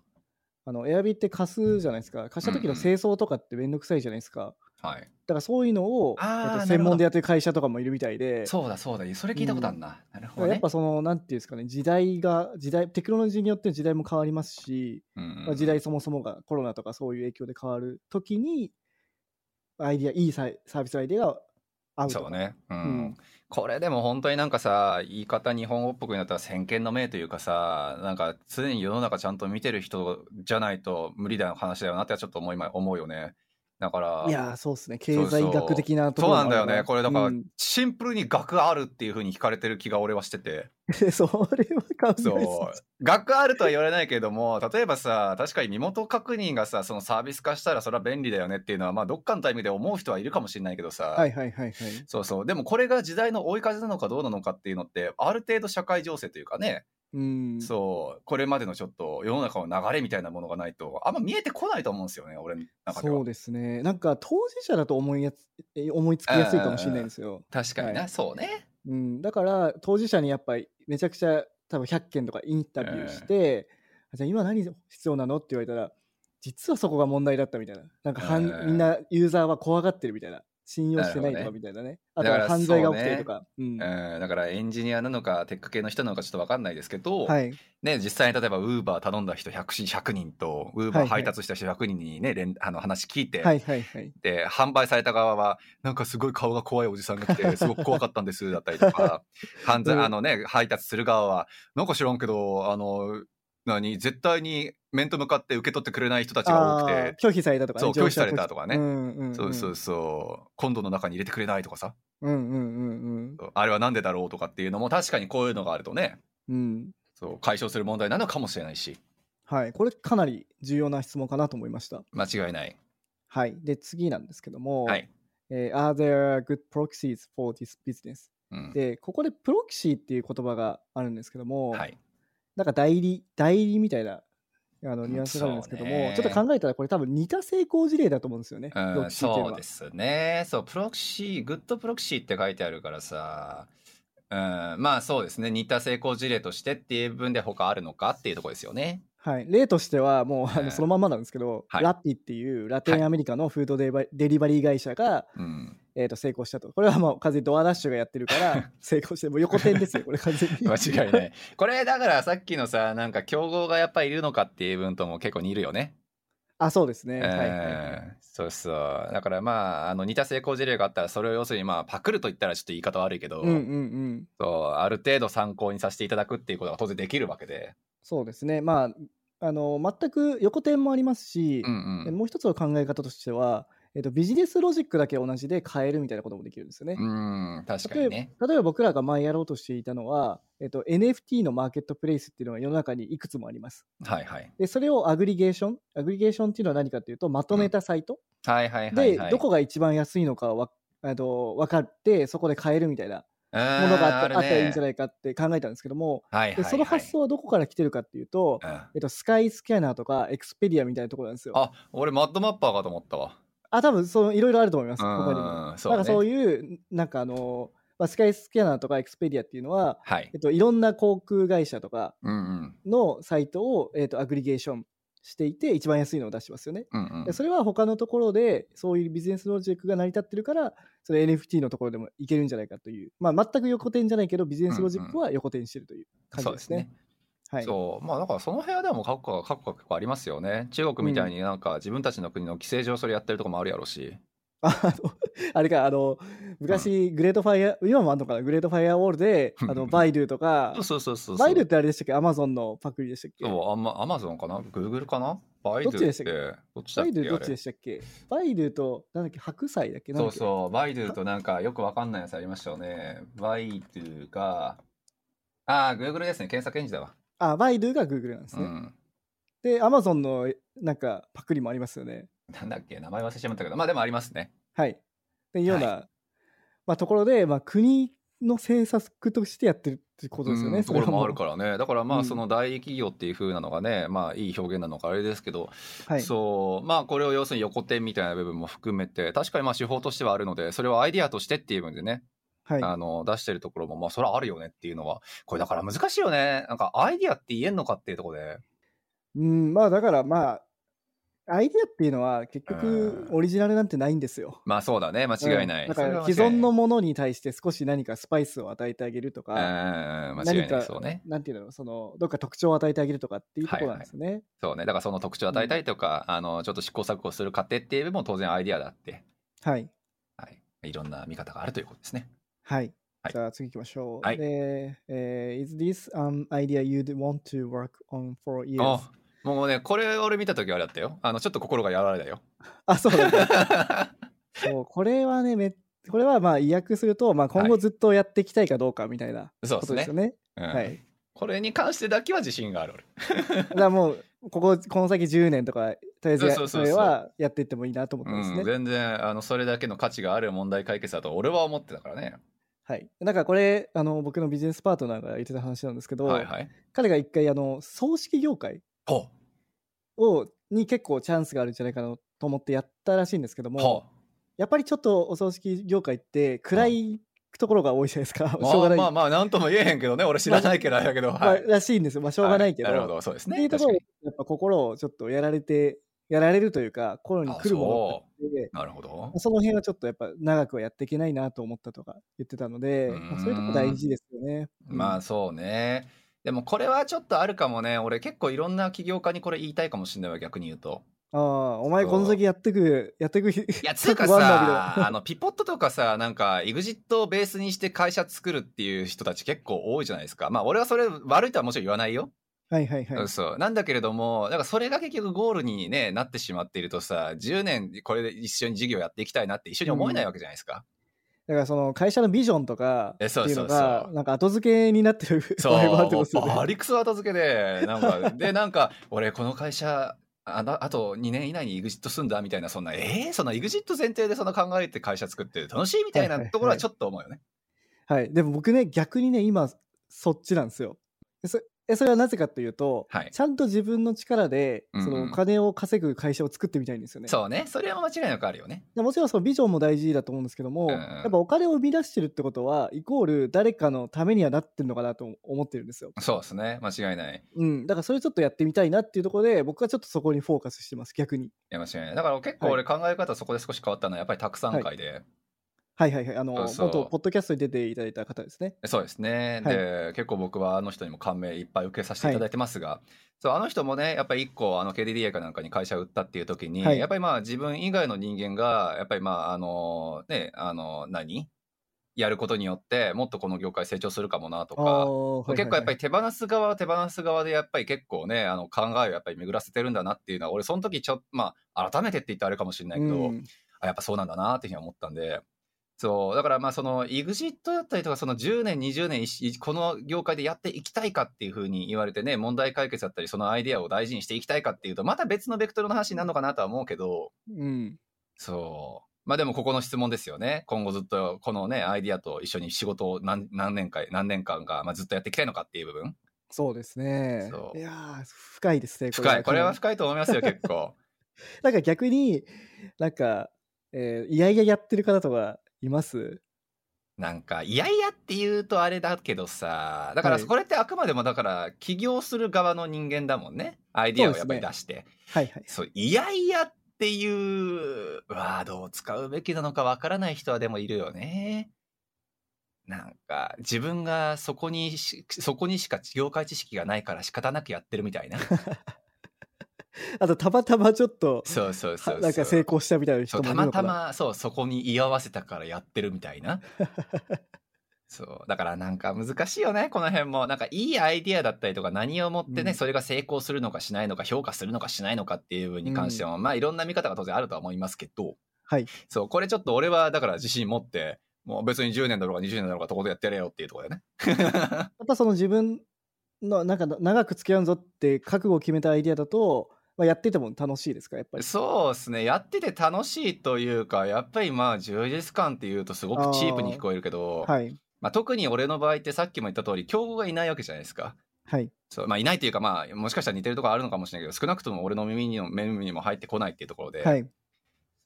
Speaker 2: あの、エアビって貸すじゃないですか。貸した時の清掃とかってめんどくさいじゃないですか。
Speaker 1: はい
Speaker 2: だからそういうのを、
Speaker 1: あー
Speaker 2: えっ
Speaker 1: な
Speaker 2: と
Speaker 1: るほど
Speaker 2: 専門でやってる会社とかもいるみたいで、
Speaker 1: そうだそうだそれ聞いたことあるな、なる
Speaker 2: だか
Speaker 1: ほ
Speaker 2: ら
Speaker 1: ど
Speaker 2: やっ
Speaker 1: ね
Speaker 2: ぱその、なんていうんですかね、時代が、時代、テクノロジーによって時代も変わりますし、
Speaker 1: うん
Speaker 2: まあ時代そもそもがコロナとかそういう影響で変わるときに、アイディア、いいサイサービスアイディアが合うとか
Speaker 1: そう。ね、うん
Speaker 2: うん
Speaker 1: これでも本当になんかさ言い方日本語っぽくなったら先見の明というかさなんか常に世の中ちゃんと見てる人じゃないと無理な話だよなってちょっと思いま思うよねだから
Speaker 2: いやー、そうですね。経済学的なとこ
Speaker 1: そう
Speaker 2: ろ
Speaker 1: なんだよねこれだから、
Speaker 2: うん [laughs]
Speaker 1: シンプルに額あるっていうふうに惹かれてる気が俺はしてて
Speaker 2: それは考えすぎ [laughs]
Speaker 1: そう額あるとは言われないけれども例えばさ確かに身元確認がさそのサービス化したらそれは便利だよねっていうのはまあどっかのタイミングで思う人はいるかもしれないけどさ、
Speaker 2: はいはいはいはい。
Speaker 1: そうそうでもこれが時代の追い風なのかどうなのかっていうのってある程度社会情勢というかね、
Speaker 2: うん。
Speaker 1: そうこれまでのちょっと世の中の流れみたいなものがないとあんま見えてこないと思うんですよね俺の中では。
Speaker 2: そうですね。なんか当事者だと思いやつえ思いつきやすいかもしれないんですよ。
Speaker 1: 確かにね、
Speaker 2: は
Speaker 1: そうね。
Speaker 2: うん、だから当事者にやっぱりめちゃくちゃ多分100件とかインタビューして、あじゃあ今何必要なのって言われたら実はそこが問題だったみたいななんかはん、
Speaker 1: うん
Speaker 2: みんなユーザーは怖がってるみたいな信用してない
Speaker 1: な
Speaker 2: と
Speaker 1: るほどね
Speaker 2: かみたいなねあと
Speaker 1: だから
Speaker 2: は犯罪が起きてるとかう,、
Speaker 1: うん
Speaker 2: ん、
Speaker 1: だからエンジニアなのかテック系の人なのかちょっと分かんないですけど、
Speaker 2: はい
Speaker 1: ね、実際に例えばウーバー頼んだ人 100, 人100人とウー
Speaker 2: は
Speaker 1: バ
Speaker 2: い
Speaker 1: ー
Speaker 2: はい
Speaker 1: 配達した人100人にね、連あの話聞いて、
Speaker 2: はいはいはい
Speaker 1: で販売された側はなんかすごい顔が怖いおじさんが来
Speaker 2: [laughs]
Speaker 1: てすごく怖かったんですだったりとか犯罪
Speaker 2: うん
Speaker 1: あの、ね、配達する側はなんか知らんけどあの何絶対に面と向かって受け取ってくれない人たちが多く
Speaker 2: あ
Speaker 1: て
Speaker 2: ー。拒否されたとか、
Speaker 1: そう
Speaker 2: 乗車
Speaker 1: 拒否されたとかね
Speaker 2: うんうんうん、
Speaker 1: そうそうそう今度の中に入れてくれないとかさ
Speaker 2: うんうんうん
Speaker 1: あれはなんでだろうとかっていうのも確かにこういうのがあるとね
Speaker 2: うんうん
Speaker 1: そう解消する問題なのかもしれないし
Speaker 2: はいこれかなり重要な質問かなと思いました
Speaker 1: 間違いない
Speaker 2: はいで次なんですけども、
Speaker 1: はい、
Speaker 2: えー Are there good proxies for this business?
Speaker 1: うん
Speaker 2: で、ここでプロキシーっていう言葉があるんですけども、
Speaker 1: はい、
Speaker 2: なんか代理、代理みたいなあのニュアンスがあるんですけど
Speaker 1: そう
Speaker 2: も、
Speaker 1: ね
Speaker 2: ちょっと考えたらこれ多分似た成功事例だと思うんですよね、
Speaker 1: うん
Speaker 2: プロキシーっていう
Speaker 1: そ
Speaker 2: の
Speaker 1: う
Speaker 2: は
Speaker 1: で。すねそうプロキシーグッドプロキシーって書いてあるからさ、うん、まあそうですね似た成功事例としてっていう分で他あるのかっていうところですよね
Speaker 2: はい、例としては、もうあ
Speaker 1: うん
Speaker 2: のそのまんまなんですけど、
Speaker 1: はい
Speaker 2: ラッピっていうラテンアメリカのフードデバデリバリー会社が、
Speaker 1: うん
Speaker 2: えー、と成功したと。これはもう完全にドアダッシュがやってるから
Speaker 1: [laughs]
Speaker 2: 成功して、もう横転ですよ、これ完全に。
Speaker 1: 間違い
Speaker 2: [laughs]
Speaker 1: ない。これだからさっきのさ、なんか競合がやっぱいるのかっていう分とも結構似るよね。
Speaker 2: あ、そうですね。
Speaker 1: う
Speaker 2: はいはいはい
Speaker 1: んそうそう。だからまあ、あの似た成功事例があったら、それを要するにまあ、パクると言ったらちょっと言い方悪いけど、
Speaker 2: うんうんうん。
Speaker 1: そうある程度参考にさせていただくっていうことが当然できるわけで。
Speaker 2: そうですね。まあ、あの、全く横転もありますし、
Speaker 1: うんうん。
Speaker 2: もう一つの考え方としては、えーと、ビジネスロジックだけ同じで変えるみたいなこともできるんですよね。
Speaker 1: うん、確か
Speaker 2: 例え
Speaker 1: に
Speaker 2: ば
Speaker 1: ね。
Speaker 2: 例えば僕らが前やろうとしていたのは、えっと、NFT のマーケットプレイスっていうのが世の中にいくつもあります。
Speaker 1: はいはい。
Speaker 2: で、それをアグリゲーション、アグリゲーションっていうのは何かっていうと、まとめたサイト、
Speaker 1: はいはいはい、
Speaker 2: で、
Speaker 1: はい。
Speaker 2: どこが一番安いのかわあの分かって、そこで買えるみたいなものがあったあったらいいんじゃ
Speaker 1: ない
Speaker 2: ないかって考えたんですけども、
Speaker 1: はいはい、は
Speaker 2: で
Speaker 1: い。
Speaker 2: その発想はどこから来てるかっていうと、
Speaker 1: うん、
Speaker 2: えっと、スカイスキャナーとかエクスペディアみたいなところなんですよ。
Speaker 1: あ、俺マッドマッパーかと思ったわ。
Speaker 2: あ、多分そのいろいろあると思います、他にも。
Speaker 1: うん、そう
Speaker 2: なん
Speaker 1: ね。
Speaker 2: かそういう、なんかあの、まあ、スカイスキャナーとかエクスペディアっていうのは、
Speaker 1: はい
Speaker 2: え。っと、いろんな航空会社とか
Speaker 1: うんうん。
Speaker 2: のサイトを、えっと、アグリゲーションしていて、一番安いのを出してますよね。
Speaker 1: うんう
Speaker 2: で
Speaker 1: ん、
Speaker 2: それは他のところで、そういうビジネスロジックが成り立ってるから、その NFT のところでもいけるんじゃないかという、まあ、全く横転じゃないけど、ビジネスロジックは横転してるという感じ
Speaker 1: そう
Speaker 2: で
Speaker 1: ですすね
Speaker 2: ね。。はい。
Speaker 1: そうまあだからその部屋でも過去が過去が結構ありますよね中国みたいになんか自分たちの国の規制上それやってるとこもあるやろうし、
Speaker 2: [laughs] あのあれか、あの、昔、グレートファイア、今もあんのかな、グレートファイアウォールで、あの、バイドゥとか、
Speaker 1: そうそうそうそう
Speaker 2: バイドゥってあれでしたっけアマゾンのパクリでしたっけ
Speaker 1: そうアマアマゾンかなグーグルかなバイドゥ
Speaker 2: どっちでしたっけ
Speaker 1: ってどっちだっ
Speaker 2: バ
Speaker 1: け
Speaker 2: イドゥどっ
Speaker 1: あ
Speaker 2: ち
Speaker 1: れ
Speaker 2: でしたっけバイドゥと、なんだっけ、白菜だっけ
Speaker 1: そ
Speaker 2: なんだ
Speaker 1: う
Speaker 2: っけ
Speaker 1: そうバイドゥとなんかよくわかんないやつありましたよねバイドゥがああグーグルですね検索エンジンだわ、
Speaker 2: あ、バイドゥが Google なんです
Speaker 1: う
Speaker 2: ね。
Speaker 1: ん
Speaker 2: で、アマゾンの、なんか、パクリもありますよね。
Speaker 1: なんだっけ名前忘れてしまったけどまあでもありますね
Speaker 2: はい。っていうような、まあ、ところで、まあ、国の政策としてやってるってことですよ
Speaker 1: う
Speaker 2: ね。
Speaker 1: んところもあるからねだからま
Speaker 2: う
Speaker 1: あ
Speaker 2: ん
Speaker 1: その大企業っていう風なのがねまあいい表現なのかあれですけど
Speaker 2: らはい。
Speaker 1: そうまあこれを要するに横転みたいな部分も含めて確かにまあ手法としてはあるのでそれはアイデアとしてっていう部分でね、
Speaker 2: はい。
Speaker 1: あの出してるところもまあそれはあるよねっていうのはこれだから難しいよねなんかアイデアって言えんのかっていうところで
Speaker 2: うん、まあ、だから、まあ、アイデアっていうのは、結局
Speaker 1: う、ん
Speaker 2: オリジナルなんてないんですよ。
Speaker 1: まあそうだね間違いない、
Speaker 2: うんだから、
Speaker 1: それ
Speaker 2: 既
Speaker 1: は間違いな
Speaker 2: 存
Speaker 1: い
Speaker 2: のものに対して少し何かスパイスを与えてあげると
Speaker 1: うん
Speaker 2: か、
Speaker 1: うんうん間違い
Speaker 2: 何
Speaker 1: ない
Speaker 2: か
Speaker 1: そうね
Speaker 2: なんていうの、その、どっか特徴を与えてあげるとかっていうところなんですよね。
Speaker 1: そうねだからその特徴を与えたりとか、あのちょっと試行錯誤する過程っていう部分も当然アイデアだって、
Speaker 2: はい。
Speaker 1: はい、いろんな見方があるということですね
Speaker 2: はい。
Speaker 1: はい
Speaker 2: じゃあ次行きましょう。
Speaker 1: はい
Speaker 2: で、えー Is this an idea you'd want to work on for years?
Speaker 1: あもうねこれ俺見た時あれだったよあのちょっと心がやられ
Speaker 2: [laughs]
Speaker 1: たよ
Speaker 2: あ、そうなんだ。そうこれはね、めこれはまあ、意訳すると、まあ、今後
Speaker 1: はい
Speaker 2: ずっとやっていきたいかどうかみたいな
Speaker 1: そう
Speaker 2: こ
Speaker 1: で
Speaker 2: と
Speaker 1: す
Speaker 2: です
Speaker 1: ね
Speaker 2: よね。
Speaker 1: うん
Speaker 2: はい。
Speaker 1: これに関してだけは自信がある俺
Speaker 2: だからもう、ここ、この先10年とか、とりあえずや
Speaker 1: そう
Speaker 2: そ
Speaker 1: そうそうそう
Speaker 2: れはやっていってもいいなと思ってます
Speaker 1: うん、
Speaker 2: ね。
Speaker 1: 全然あのそれだけの価値がある問題解決だと俺は思ってたからね。
Speaker 2: はい。なんかこれ、あの、僕のビジネスパートナーが言ってた話なんですけど、
Speaker 1: はいはい。
Speaker 2: 彼が一回、あの、葬式業界
Speaker 1: ほ
Speaker 2: を、に結構チャンスがあるんじゃないかなと思ってやったらしいんですけど
Speaker 1: う
Speaker 2: も、
Speaker 1: ほ
Speaker 2: やっぱりちょっとお葬式業界って暗いところが多いじゃないですか。
Speaker 1: [laughs] う。
Speaker 2: しょうがない、
Speaker 1: まあまあまあなんとも言えへんけどね俺知らないけどあれだけど。
Speaker 2: まあ
Speaker 1: はい。
Speaker 2: らしいんですよ。まあしょうがないけど。
Speaker 1: はなるほどそうです
Speaker 2: ってい
Speaker 1: ね。
Speaker 2: うと
Speaker 1: 確か
Speaker 2: ころ
Speaker 1: に
Speaker 2: やっぱ心をちょっとやられて、やられるというか、心に来るものがあって
Speaker 1: なるほど。
Speaker 2: その辺はちょっとやっぱ長くはやっていけないなと思ったとか言ってたので、
Speaker 1: うーん
Speaker 2: まあそういうとこ大事ですよね。
Speaker 1: まあそうね。でもこれはちょっとあるかもね。俺結構いろんな起業家にこれ言いたいかもしれないわ逆に言うと。
Speaker 2: ああ、お前この先やってく、 [laughs] やってく日、
Speaker 1: いやつうか
Speaker 2: 覚悟あんだみたい
Speaker 1: さあのピポットとかさなんか EXIT をベースにして会社作るっていう人たち結構多いじゃないですか。まあ俺はそれ悪いとはもちろん言わないよ。
Speaker 2: なはいはいはい。
Speaker 1: そうなんだけれどもだからそれが結局ゴールに、ね、なってしまっているとさ10年これで一緒に事業やっていきたいなって一緒に思えないわけじゃないです
Speaker 2: [laughs]
Speaker 1: か。
Speaker 2: だからその会社のビジョンとかって
Speaker 1: えそう
Speaker 2: いうの
Speaker 1: そう
Speaker 2: が
Speaker 1: そ、う
Speaker 2: なんか後付けになってる [laughs]
Speaker 1: そう
Speaker 2: 場合もあるって
Speaker 1: もう
Speaker 2: ことですよね。
Speaker 1: バリクソ後付けでなんかでなんか俺この会社あなあと2年以内に EXIT すんだみたいなそんなえー、その EXIT 前提でそんな考えて会社作って楽しいみたい
Speaker 2: はいはい
Speaker 1: な
Speaker 2: はい
Speaker 1: ところはちょっと思うよね。
Speaker 2: はい、でも僕ね逆にね今そっちなんですよでそえそれはなぜかというと、
Speaker 1: はい
Speaker 2: ちゃんと自分の力で
Speaker 1: うんうん
Speaker 2: そのお金を稼ぐ会社を作ってみたいんですよね、
Speaker 1: そうねそれは間違いなくあるよね。
Speaker 2: でもちろんそのビジョンも大事だと思うんですけども、
Speaker 1: うんうん
Speaker 2: やっぱお金を生み出してるってことはイコール誰かのためにはなってるのかなと思ってるんですよ、
Speaker 1: そうですね間違いない。
Speaker 2: うん、だからそれちょっとやってみたいなっていうところで僕はちょっとそこにフォーカスしてます逆
Speaker 1: い
Speaker 2: に
Speaker 1: や間違いないだから結構俺考え方そこで少し変わったのはやっぱりたくさん会で、
Speaker 2: はいはいはい。あ
Speaker 1: そう
Speaker 2: の、
Speaker 1: そう
Speaker 2: 元ポッドキャストに出ていただいた方ですね。
Speaker 1: そうですね、
Speaker 2: はい
Speaker 1: で結構僕はあの人にも感銘いっぱい受けさせていただいてますが、そうあの人もねやっぱり1個あの KDDI かなんかに会社売ったっていう時に、
Speaker 2: はい
Speaker 1: やっぱりまあ自分以外の人間がやっぱりまああのねあの何やることによってもっとこの業界成長するかもなとか
Speaker 2: あーはいはいはい
Speaker 1: 結構やっぱり手放す側は手放す側でやっぱり結構ねあの考えをやっぱり巡らせてるんだなっていうのは俺その時ちょっとまあ改めてって言ったらあれかもしれないけど、
Speaker 2: うん
Speaker 1: あやっぱそうなんだなっていうふうに思ったんでそうだからまあその EXIT だったりとかその10年20年いしこの業界でやっていきたいかっていうふうに言われてね問題解決だったりそのアイデアを大事にしていきたいかっていうとまた別のベクトルの話になるのかなとは思うけど
Speaker 2: うん。
Speaker 1: そうまあでもここの質問ですよね今後ずっとこのねアイデアと一緒に仕事を何何年か何年間か、まあ、ずっとやっていきたいのかっていう部分
Speaker 2: そうですね
Speaker 1: そ。う
Speaker 2: いやー深いですね。
Speaker 1: 深いこれは
Speaker 2: か
Speaker 1: 深いと思いますよ結構 [laughs]
Speaker 2: なりなんか逆に、なんか、えーいやいややってる方とかいます
Speaker 1: なんかいやいやって言うとあれだけどさだから
Speaker 2: はい
Speaker 1: これってあくまでもだから起業する側の人間だもんねアイディアをやっぱり出して
Speaker 2: はいはい。
Speaker 1: そう,、いやいやっていうワードを使うべきなのかわからない人はでもいるよねなんか自分がそこにしそこにしか業界知識がないから仕方なくやってるみたい
Speaker 2: [laughs]
Speaker 1: な
Speaker 2: あと、たまたまちょっと、
Speaker 1: そうそうそうそう
Speaker 2: はなんか成功したみたいな
Speaker 1: そ
Speaker 2: 人
Speaker 1: う
Speaker 2: もい
Speaker 1: た
Speaker 2: るの
Speaker 1: ま
Speaker 2: か
Speaker 1: た
Speaker 2: な。
Speaker 1: まそうそこに居合わせたからやってるみたいな [laughs] そうだからなんか難しいよねこの辺もなんかいいアイディアだったりとか何をもってね、
Speaker 2: うん
Speaker 1: それが成功するのかしないのか評価するのかしないのかっていう部分に関しても、まあいろんな見方が当然あるとは思いますけど
Speaker 2: はい。
Speaker 1: そうこれちょっと俺はだから自信持ってもう別に10年だろうが20年だろうがとことんやってやれよっていうところだよね
Speaker 2: やっぱその自分のなんか長く付き合うぞって覚悟を決めたアイディアだと、まあ、やってても楽しいですかやっぱり。
Speaker 1: そうですねやってて楽しいというかやっぱりまあ充実感っていうとすごくチープに聞こえるけど、
Speaker 2: はい。
Speaker 1: まあ、特に俺の場合ってさっきも言った通り競合がいないわけじゃないですか。
Speaker 2: はい。
Speaker 1: そうまあ、いないというか、まあ、もしかしたら似てるところあるのかもしれないけど少なくとも俺の耳にも耳にも入ってこないっていうところで、
Speaker 2: はい。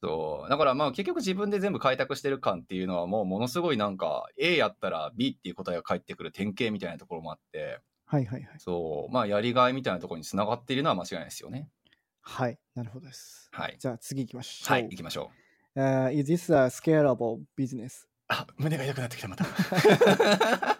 Speaker 1: そうだからまあ結局自分で全部開拓してる感っていうのはもうものすごいなんか A やったら B っていう答えが返ってくる典型みたいなところもあって
Speaker 2: はい。はい。はい。
Speaker 1: そう、まあ、やりがいみたいなところにつながっているのは間違いないですよね。
Speaker 2: はい。なるほどです。
Speaker 1: はい、
Speaker 2: じゃあ次行きましょう。
Speaker 1: はい、行きましょう。
Speaker 2: あー is this a scalable business?
Speaker 1: あ胸が痛くなってきたまた。 [laughs]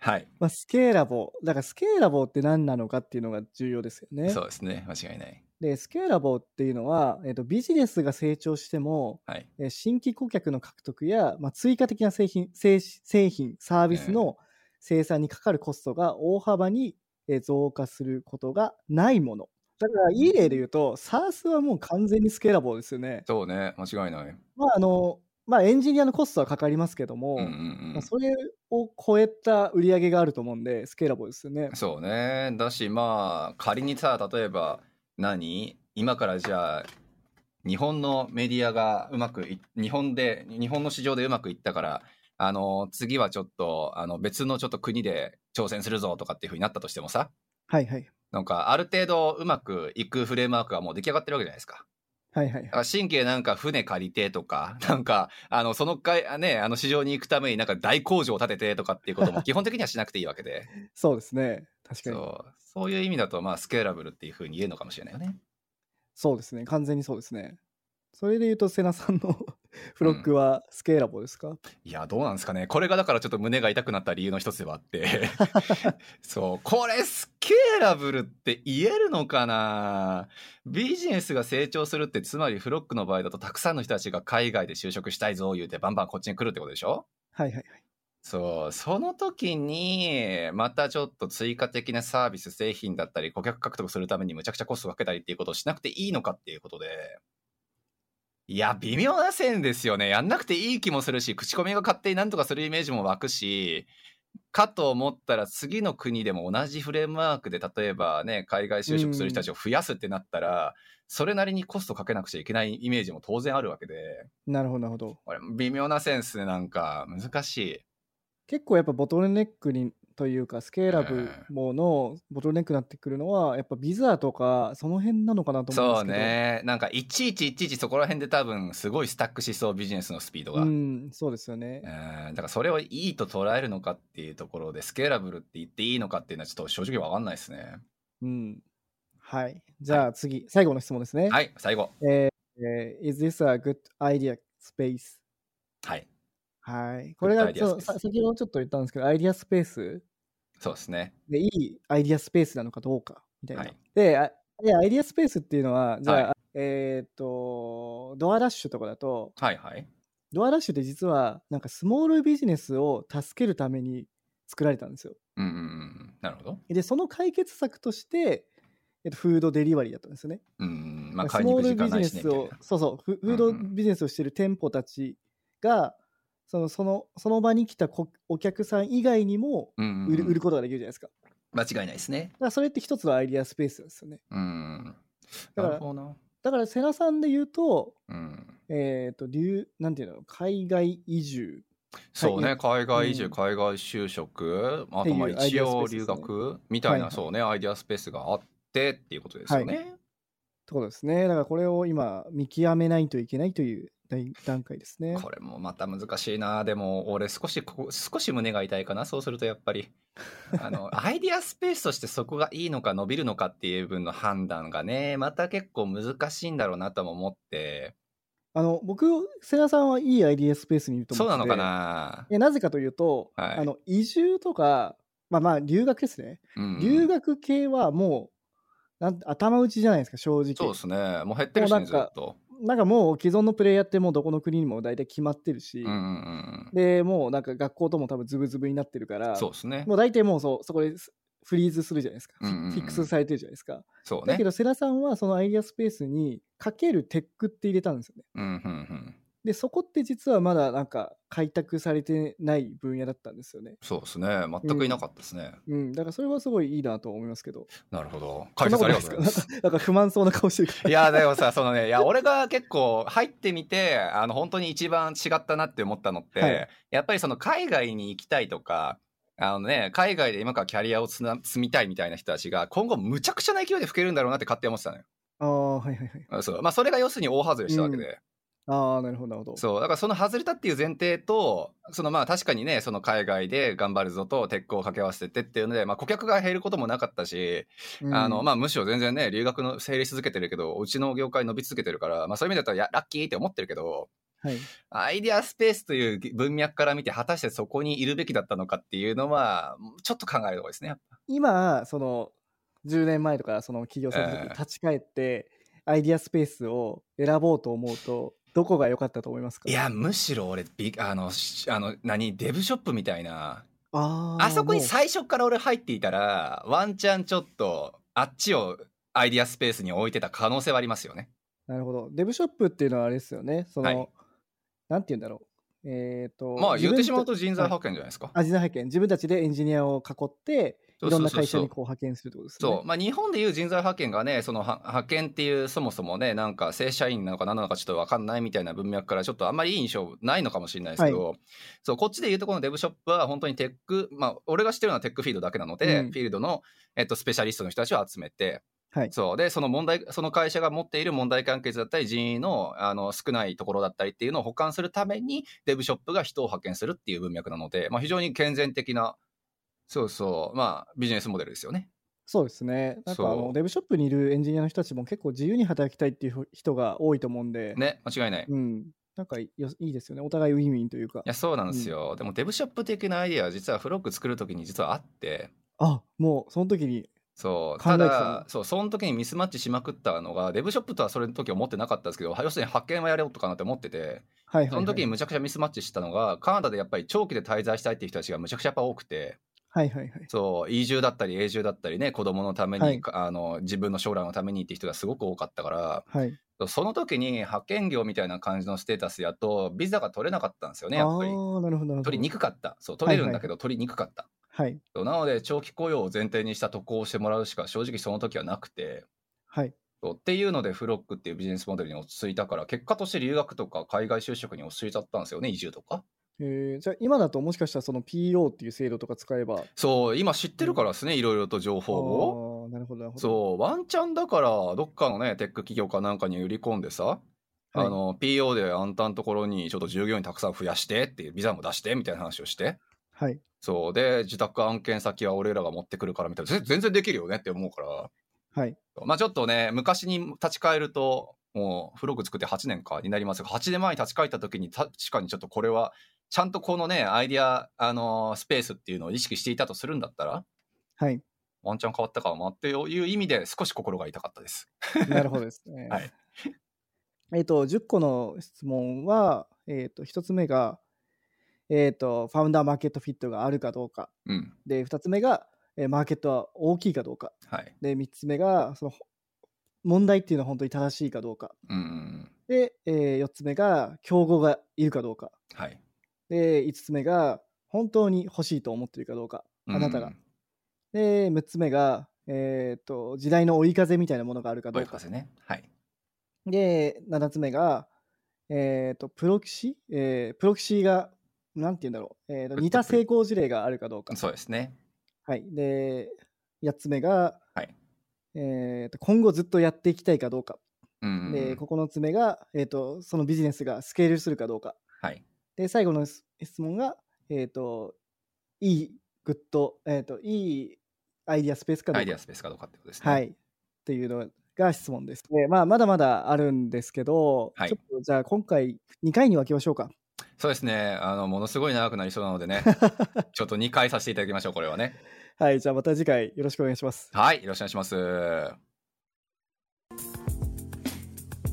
Speaker 1: はい、
Speaker 2: まあ、スケーラボだからスケーラボって何なのかっていうのが重要ですよね。
Speaker 1: そうですね間違いない。
Speaker 2: でスケーラボっていうのは、えっとビジネスが成長しても、
Speaker 1: はい
Speaker 2: えー新規顧客の獲得や、まあ、追加的な製品製製品サービスの生産にかかるコストが大幅にえー増加することがないもの。だからいい例で言うと SARS はもう完全にスケーラボですよね。
Speaker 1: そうね間違いない。
Speaker 2: まああのまあ、エンジニアのコストはかかりますけども、
Speaker 1: うんうんう
Speaker 2: まあ
Speaker 1: ん、
Speaker 2: それを超えた売り上げがあると思うんで、スケーラボですよね。
Speaker 1: そうねだしまあ仮にさ例えば何今からじゃあ日本のメディアがうまくい日本で日本の市場でうまくいったからあの次はちょっとあの別のちょっと国で挑戦するぞとかっていう風になったとしてもさ
Speaker 2: はいはい。
Speaker 1: なんかある程度うまくいくフレームワークがもう出来上がってるわけじゃないですか。
Speaker 2: はいはい
Speaker 1: だか。ら神経なんか船借りてとか、 [laughs] なんか、あの、その回、あね、あの市場に行くためになんか大工場を建ててとかっていうことも基本的にはしなくていいわけで。
Speaker 2: そうですね。確かに。そう
Speaker 1: そうそういう意味だと、まあ、スケーラブルっていうふうに言えるのかもしれないよね。
Speaker 2: ですね。完全にそうですね。それで言うと、瀬名さんの [laughs] フロックはスケーラボですか、
Speaker 1: いや、どうなんですかね。これがだからちょっと胸が痛くなった理由の一つではあ [laughs] って。そう、これスケーラブルって言えるのかなビジネスが成長するって、つまりフロックの場合だと、たくさんの人たちが海外で就職したいぞ、言うてバンバンこっちに来るってことでしょ
Speaker 2: はいはいはい。
Speaker 1: そう、その時に、またちょっと追加的なサービス、製品だったり、顧客獲得するためにむちゃくちゃコストかけたりっていうことをしなくていいのかっていうことで、いや、微妙な線ですよね。やんなくていい気もするし、口コミが勝手になんとかするイメージも湧くし、かと思ったら次の国でも同じフレームワークで、例えばね、海外就職する人たちを増やすってなったら、それなりにコストかけなくちゃいけないイメージも当然あるわけで、
Speaker 2: なるほど、なるほど。
Speaker 1: これ微妙な線ですね、なんか、難しい。
Speaker 2: 結構やっぱボトルネックにというか、スケーラブものボトルネックになってくるのは、やっぱビザとか、その辺なのかなと思うん
Speaker 1: そう
Speaker 2: ですけど。
Speaker 1: ねなんかいちいちいちいちそこら辺で多分すごいスタックしそうビジネスのスピードが、う、
Speaker 2: うんん、そうですよね。
Speaker 1: だからそれをいいと捉えるのかっていうところでスケーラブルって言っていいのかっていうのはちょっと正直わかんないですね
Speaker 2: うん。はい。じゃあ次、最後の質問ですね。
Speaker 1: はい最後
Speaker 2: えー Is this a good idea スペース。
Speaker 1: はい。
Speaker 2: はい。これが、
Speaker 1: アイデアス
Speaker 2: そう
Speaker 1: ペース
Speaker 2: さ先ほどちょっと言ったんですけど、アイディアスペース
Speaker 1: そうですね。
Speaker 2: でいいアイディアスペースなのかどうか、みたいな。
Speaker 1: はい
Speaker 2: であで、アイディアスペースっていうのは、じゃあ、
Speaker 1: は
Speaker 2: えーっと、ドアラッシュとかだと、
Speaker 1: はいはい。
Speaker 2: ドアラッシュって実は、なんかスモールビジネスを助けるために作られたんですよ。
Speaker 1: うんうんうん。なるほど。
Speaker 2: で、その解決策として、えっと、フードデリバリーだったんですよね。
Speaker 1: うん。まあ、
Speaker 2: ス
Speaker 1: 買いに
Speaker 2: モ
Speaker 1: 行く時
Speaker 2: ールビ
Speaker 1: 間
Speaker 2: ジ
Speaker 1: ない
Speaker 2: ネ
Speaker 1: しね。
Speaker 2: ス
Speaker 1: みたい
Speaker 2: を、そうそう、フフー
Speaker 1: う
Speaker 2: ド
Speaker 1: んうん
Speaker 2: ビジネスをしてる店舗たちが、そのそのその場に来たこお客さん以外にも
Speaker 1: なうんうん
Speaker 2: 売る,、
Speaker 1: うん
Speaker 2: 売ることができるじゃないですか。だか
Speaker 1: 間違いないですね。
Speaker 2: らそれって一つのアイディアスペースなんですよね。
Speaker 1: うん。
Speaker 2: だか
Speaker 1: な
Speaker 2: ら
Speaker 1: るほどな。
Speaker 2: だから、瀬名さんで言うと、
Speaker 1: うん。
Speaker 2: えっ、と、流、なんていうの、海外移住
Speaker 1: そうね、海外移住、
Speaker 2: うん
Speaker 1: 海外就職、あ
Speaker 2: ってい
Speaker 1: と
Speaker 2: う
Speaker 1: まあ
Speaker 2: アイ
Speaker 1: 一
Speaker 2: デアスペー
Speaker 1: 応
Speaker 2: スですね
Speaker 1: 留学みたい
Speaker 2: はいは
Speaker 1: な、
Speaker 2: い
Speaker 1: そうね、アイデアスペースがあってっていうことですよね。
Speaker 2: ってことですね。だからこれを今見極めないといけないという段段階ですね。
Speaker 1: これもまた難しいな、でも俺、少しここ、少し胸が痛いかな、そうするとやっぱ
Speaker 2: [laughs]
Speaker 1: り、あのアイデアスペースとしてそこがいいのか、伸びるのかっていう分の判断がね、また結構難しいんだろうなとも思って、
Speaker 2: あの僕、瀬名さんはいいアイディアスペースにいると思
Speaker 1: そううなのか
Speaker 2: な
Speaker 1: な。
Speaker 2: なぜかというと、
Speaker 1: はい
Speaker 2: あの移住とか、まあまあ留学ですね。
Speaker 1: うん
Speaker 2: 留学系はもう、なん頭打ちじゃないですか、正直。
Speaker 1: そうですね、もう減ってるし
Speaker 2: も
Speaker 1: ね、
Speaker 2: う
Speaker 1: ずっ
Speaker 2: なんか
Speaker 1: と。
Speaker 2: なんかもう既存のプレイヤーってもうどこの国にも大体決まってるし、
Speaker 1: うんうん
Speaker 2: で、もうなんか学校とも多分ズブズブになってるか
Speaker 1: う
Speaker 2: ら、
Speaker 1: ん、そうですね
Speaker 2: [laughs] も、う大体もうそうそこですフリーズするじゃないですか。
Speaker 1: うんうんうん
Speaker 2: フィックスされてるじゃないですか。
Speaker 1: そう
Speaker 2: だ
Speaker 1: ね
Speaker 2: け。ど、世良さんはそのアイディアスペースにかけるテックって入れたんですよね。
Speaker 1: うんうんうん
Speaker 2: で、そこって実はまだなんか開拓されてない分野だったんですよね。
Speaker 1: そうですね、全くいなかったですね。
Speaker 2: うん、だからそれはすごいいいなと思いますけど。
Speaker 1: なるほど。
Speaker 2: そ
Speaker 1: 解
Speaker 2: んなこ
Speaker 1: 説
Speaker 2: と
Speaker 1: あ
Speaker 2: な
Speaker 1: りが
Speaker 2: いで
Speaker 1: と
Speaker 2: す
Speaker 1: うご
Speaker 2: か
Speaker 1: ざいます。
Speaker 2: なんか不 [laughs] 満そうな顔してる
Speaker 1: い
Speaker 2: か [laughs] ら。
Speaker 1: や、でもさ、そのね、いや、俺が結構入ってみて、あの、本当に一番違ったなって思ったのって、
Speaker 2: はい
Speaker 1: やっぱりその海外に行きたいとか、あのね、海外で今からキャリアをつな積みたいみたいな人たちが、今後むちゃくちゃな勢いで老けるんだろうなって勝手に思ってたのよ。
Speaker 2: ああ、はいはいはい。
Speaker 1: うんそう。まあ、それが要するに大外れしたわけで。
Speaker 2: ああ、なるほど、なるほど。
Speaker 1: そう。だからその外れたっていう前提と、そのまあ確かにね、その海外で頑張るぞと鉄鋼を掛け合わせてってっていうので、まあ顧客が減ることもなかったし、
Speaker 2: うん
Speaker 1: あの、まあ、むしろ全然ね、留学の整理し続けてるけど、うちの業界伸び続けてるから、まあ、そういう意味だったら、いや、ラッキーって思ってるけど、
Speaker 2: はい。
Speaker 1: アイデアスペースという文脈から見て、果たしてそこにいるべきだったのかっていうのは、ちょっと考えるところですね。
Speaker 2: 今、その、10年前とか、その起業された時
Speaker 1: ええ
Speaker 2: 立ち返って、アイディアスペースを選ぼうと思うと、どこが良かったと思いますか
Speaker 1: い、や、むしろ俺、ビあの、しあの、何、デブショップみたいな、
Speaker 2: あー
Speaker 1: あそこに
Speaker 2: もう
Speaker 1: 最初から俺入っていたら、ワンチャンちょっと、あっちをアイデアスペースに置いてた可能性はありますよね。
Speaker 2: なるほど。デブショップっていうのはあれですよね。その、
Speaker 1: はい
Speaker 2: なんて言うんだろう。えっ、と、
Speaker 1: まあ、言ってしまう
Speaker 2: 自分
Speaker 1: と人材派遣じゃないですか。
Speaker 2: た、あ、人材派遣、自分たちでエンジニアを囲って、
Speaker 1: そうそうそうそ
Speaker 2: い
Speaker 1: う
Speaker 2: ろんな会社にこう派遣するってことですね。
Speaker 1: そう、まあ、日本でいう人材派遣がね、そのは派遣っていう、そもそもね、なんか正社員なのか何なのかちょっと分かんないみたいな文脈から、ちょっとあんまりいい印象ないのかもしれないですけど、そうこっちでいうと、このデブショップは本当にテック、まあ、俺が知ってるのはテックフィールドだけなので、
Speaker 2: うん
Speaker 1: フィールドの、えっと、スペシャリストの人たちを集めて、
Speaker 2: はい
Speaker 1: そうでその問題その会社が持っている問題関係だったり、人員のあの少ないところだったりっていうのを補完するために、デブショップが人を派遣するっていう文脈なので、まあ、非常に健全的な、そうそう、まあ、ビジネスモデルですよね。
Speaker 2: そうですね。なんかあ
Speaker 1: そ
Speaker 2: の
Speaker 1: う
Speaker 2: デブショップにいるエンジニアの人たちも結構自由に働きたいっていう人が多いと思うんで、
Speaker 1: ね、間違いない。
Speaker 2: うん。なんかよいいですよね。お互いウィンウィンというか
Speaker 1: い。や、そうなんですよ。でも、デブショップ的なアイデアは実はフロック作るときに実はあって、
Speaker 2: あ、もうその時に、
Speaker 1: そう、
Speaker 2: 考え
Speaker 1: た
Speaker 2: てたの
Speaker 1: だ、そう、その時にミスマッチしまくったのが、デブショップとはそれの時思ってなかったんですけど、要するに発見はやろうとかなって思ってて、
Speaker 2: はいはい、はい。
Speaker 1: その時にむちゃくちゃミスマッチしたのが、カナダでやっぱり長期で滞在したいっていう人たちがむちゃくちゃやっぱ多くて、
Speaker 2: はいはいはい。
Speaker 1: そう、移住だったり永住だったりね、子供のために、
Speaker 2: はい
Speaker 1: あの、自分の将来のためにっていう人がすごく多かったから、
Speaker 2: はい。
Speaker 1: その時に派遣業みたいな感じのステータスやと、ビザが取れなかったんですよね、やっぱり。
Speaker 2: ああ、なるほどなるほど。
Speaker 1: 取りにくかった。そう、取れるんだけど、取りにくかった。
Speaker 2: はい。
Speaker 1: そうなので、長期雇用を前提にした渡航をしてもらうしか正直その時はなくて、
Speaker 2: はい。
Speaker 1: そうっていうので、フロックっていうビジネスモデルに落ち着いたから、結果として留学とか海外就職に落ち着いちゃったんですよね、移住とか。
Speaker 2: えー、じゃあ今だともしかしたらその PO っていう制度とか使えば。
Speaker 1: そう、今知ってるからですね、いろいろと情報を。
Speaker 2: あーなるほどなるほど。
Speaker 1: そう、ワンチャンだから、どっかのね、テック企業かなんかに売り込んでさ、あ
Speaker 2: はい
Speaker 1: の、PO であんたのところにちょっと従業員たくさん増やしてっていう、ビザも出してみたいな話をして、
Speaker 2: はい。
Speaker 1: そう、で、自宅案件先は俺らが持ってくるからみたいな、ぜ全然できるよねって思うから、
Speaker 2: はい。
Speaker 1: まあちょっとね、昔に立ち返ると、もうフログ作って8年かになりますが8年前に立ち返った時に確かにちょっとこれはちゃんとこのねアイデア、あのースペースっていうのを意識していたとするんだったら [laughs]
Speaker 2: はい。
Speaker 1: ワンチャン変わったかもっていう意味で少し心が痛かったです。
Speaker 2: なるほどですね。
Speaker 1: はい
Speaker 2: [laughs] えっ、と、10個の質問は、えっ、と、1つ目が、えっ、と、ファウンダーマーケットフィットがあるかどうか。
Speaker 1: うん
Speaker 2: で、2つ目が、えーマーケットは大きいかどうか。
Speaker 1: はい
Speaker 2: で、3つ目が、その、ほ問題っていうのは本当に正しいかどうか。
Speaker 1: うんうんうん
Speaker 2: で、え4つ目が、競合がいるかどうか。
Speaker 1: はい、
Speaker 2: で、5つ目が、本当に欲しいと思っているかどうか。あなたが。で、6つ目が、えっ、と、時代の追い風みたいなものがあるかど
Speaker 1: 追
Speaker 2: う
Speaker 1: い
Speaker 2: か。
Speaker 1: 風ね。はい。
Speaker 2: で、7つ目が、えっ、と、プロキシ、えープロキシが、なんて言うんだろう、えーと
Speaker 1: プ
Speaker 2: 似た成功事例があるかどうか。
Speaker 1: そうですね。
Speaker 2: はい。で、8つ目が、
Speaker 1: はい
Speaker 2: えっ、と、今後ずっとやっていきたいかどうか。
Speaker 1: うんうんうん
Speaker 2: で、9つ目が、えっ、と、そのビジネスがスケールするかどうか。
Speaker 1: はい。
Speaker 2: で、最後のす質問が、えっ、と、いい、グッド、えっ、と、いいアイディアスペースかど
Speaker 1: ア
Speaker 2: う
Speaker 1: イ
Speaker 2: か
Speaker 1: デア。スペースかどうかってことですね。
Speaker 2: は。い。っていうのが質問です。でまあ、まだまだあるんですけど、
Speaker 1: はい
Speaker 2: ちょっとじゃあ今回2回に分けましょうか。
Speaker 1: そうですね。あの、ものすごい長くなりそうなのでね、ちょっと2回させていただきましょう、これはね。
Speaker 2: はい。じゃあまた次回よろしくお願いします。
Speaker 1: はい、よろしくお願いします。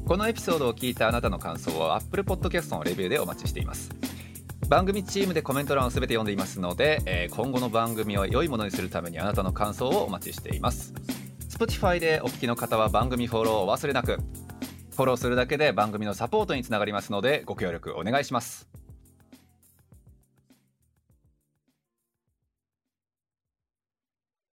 Speaker 1: このエピソードを聞いたあなたの感想は Apple Podcast のレビューでお待ちしています。番組チームでコメント欄をすべて読んでいますので、えー今後の番組を良いものにするためにあなたの感想をお待ちしています。Spotify でお聞きの方は番組フォローをお忘れなく。フォローするだけで番組のサポートにつながりますのでご協力お願いします。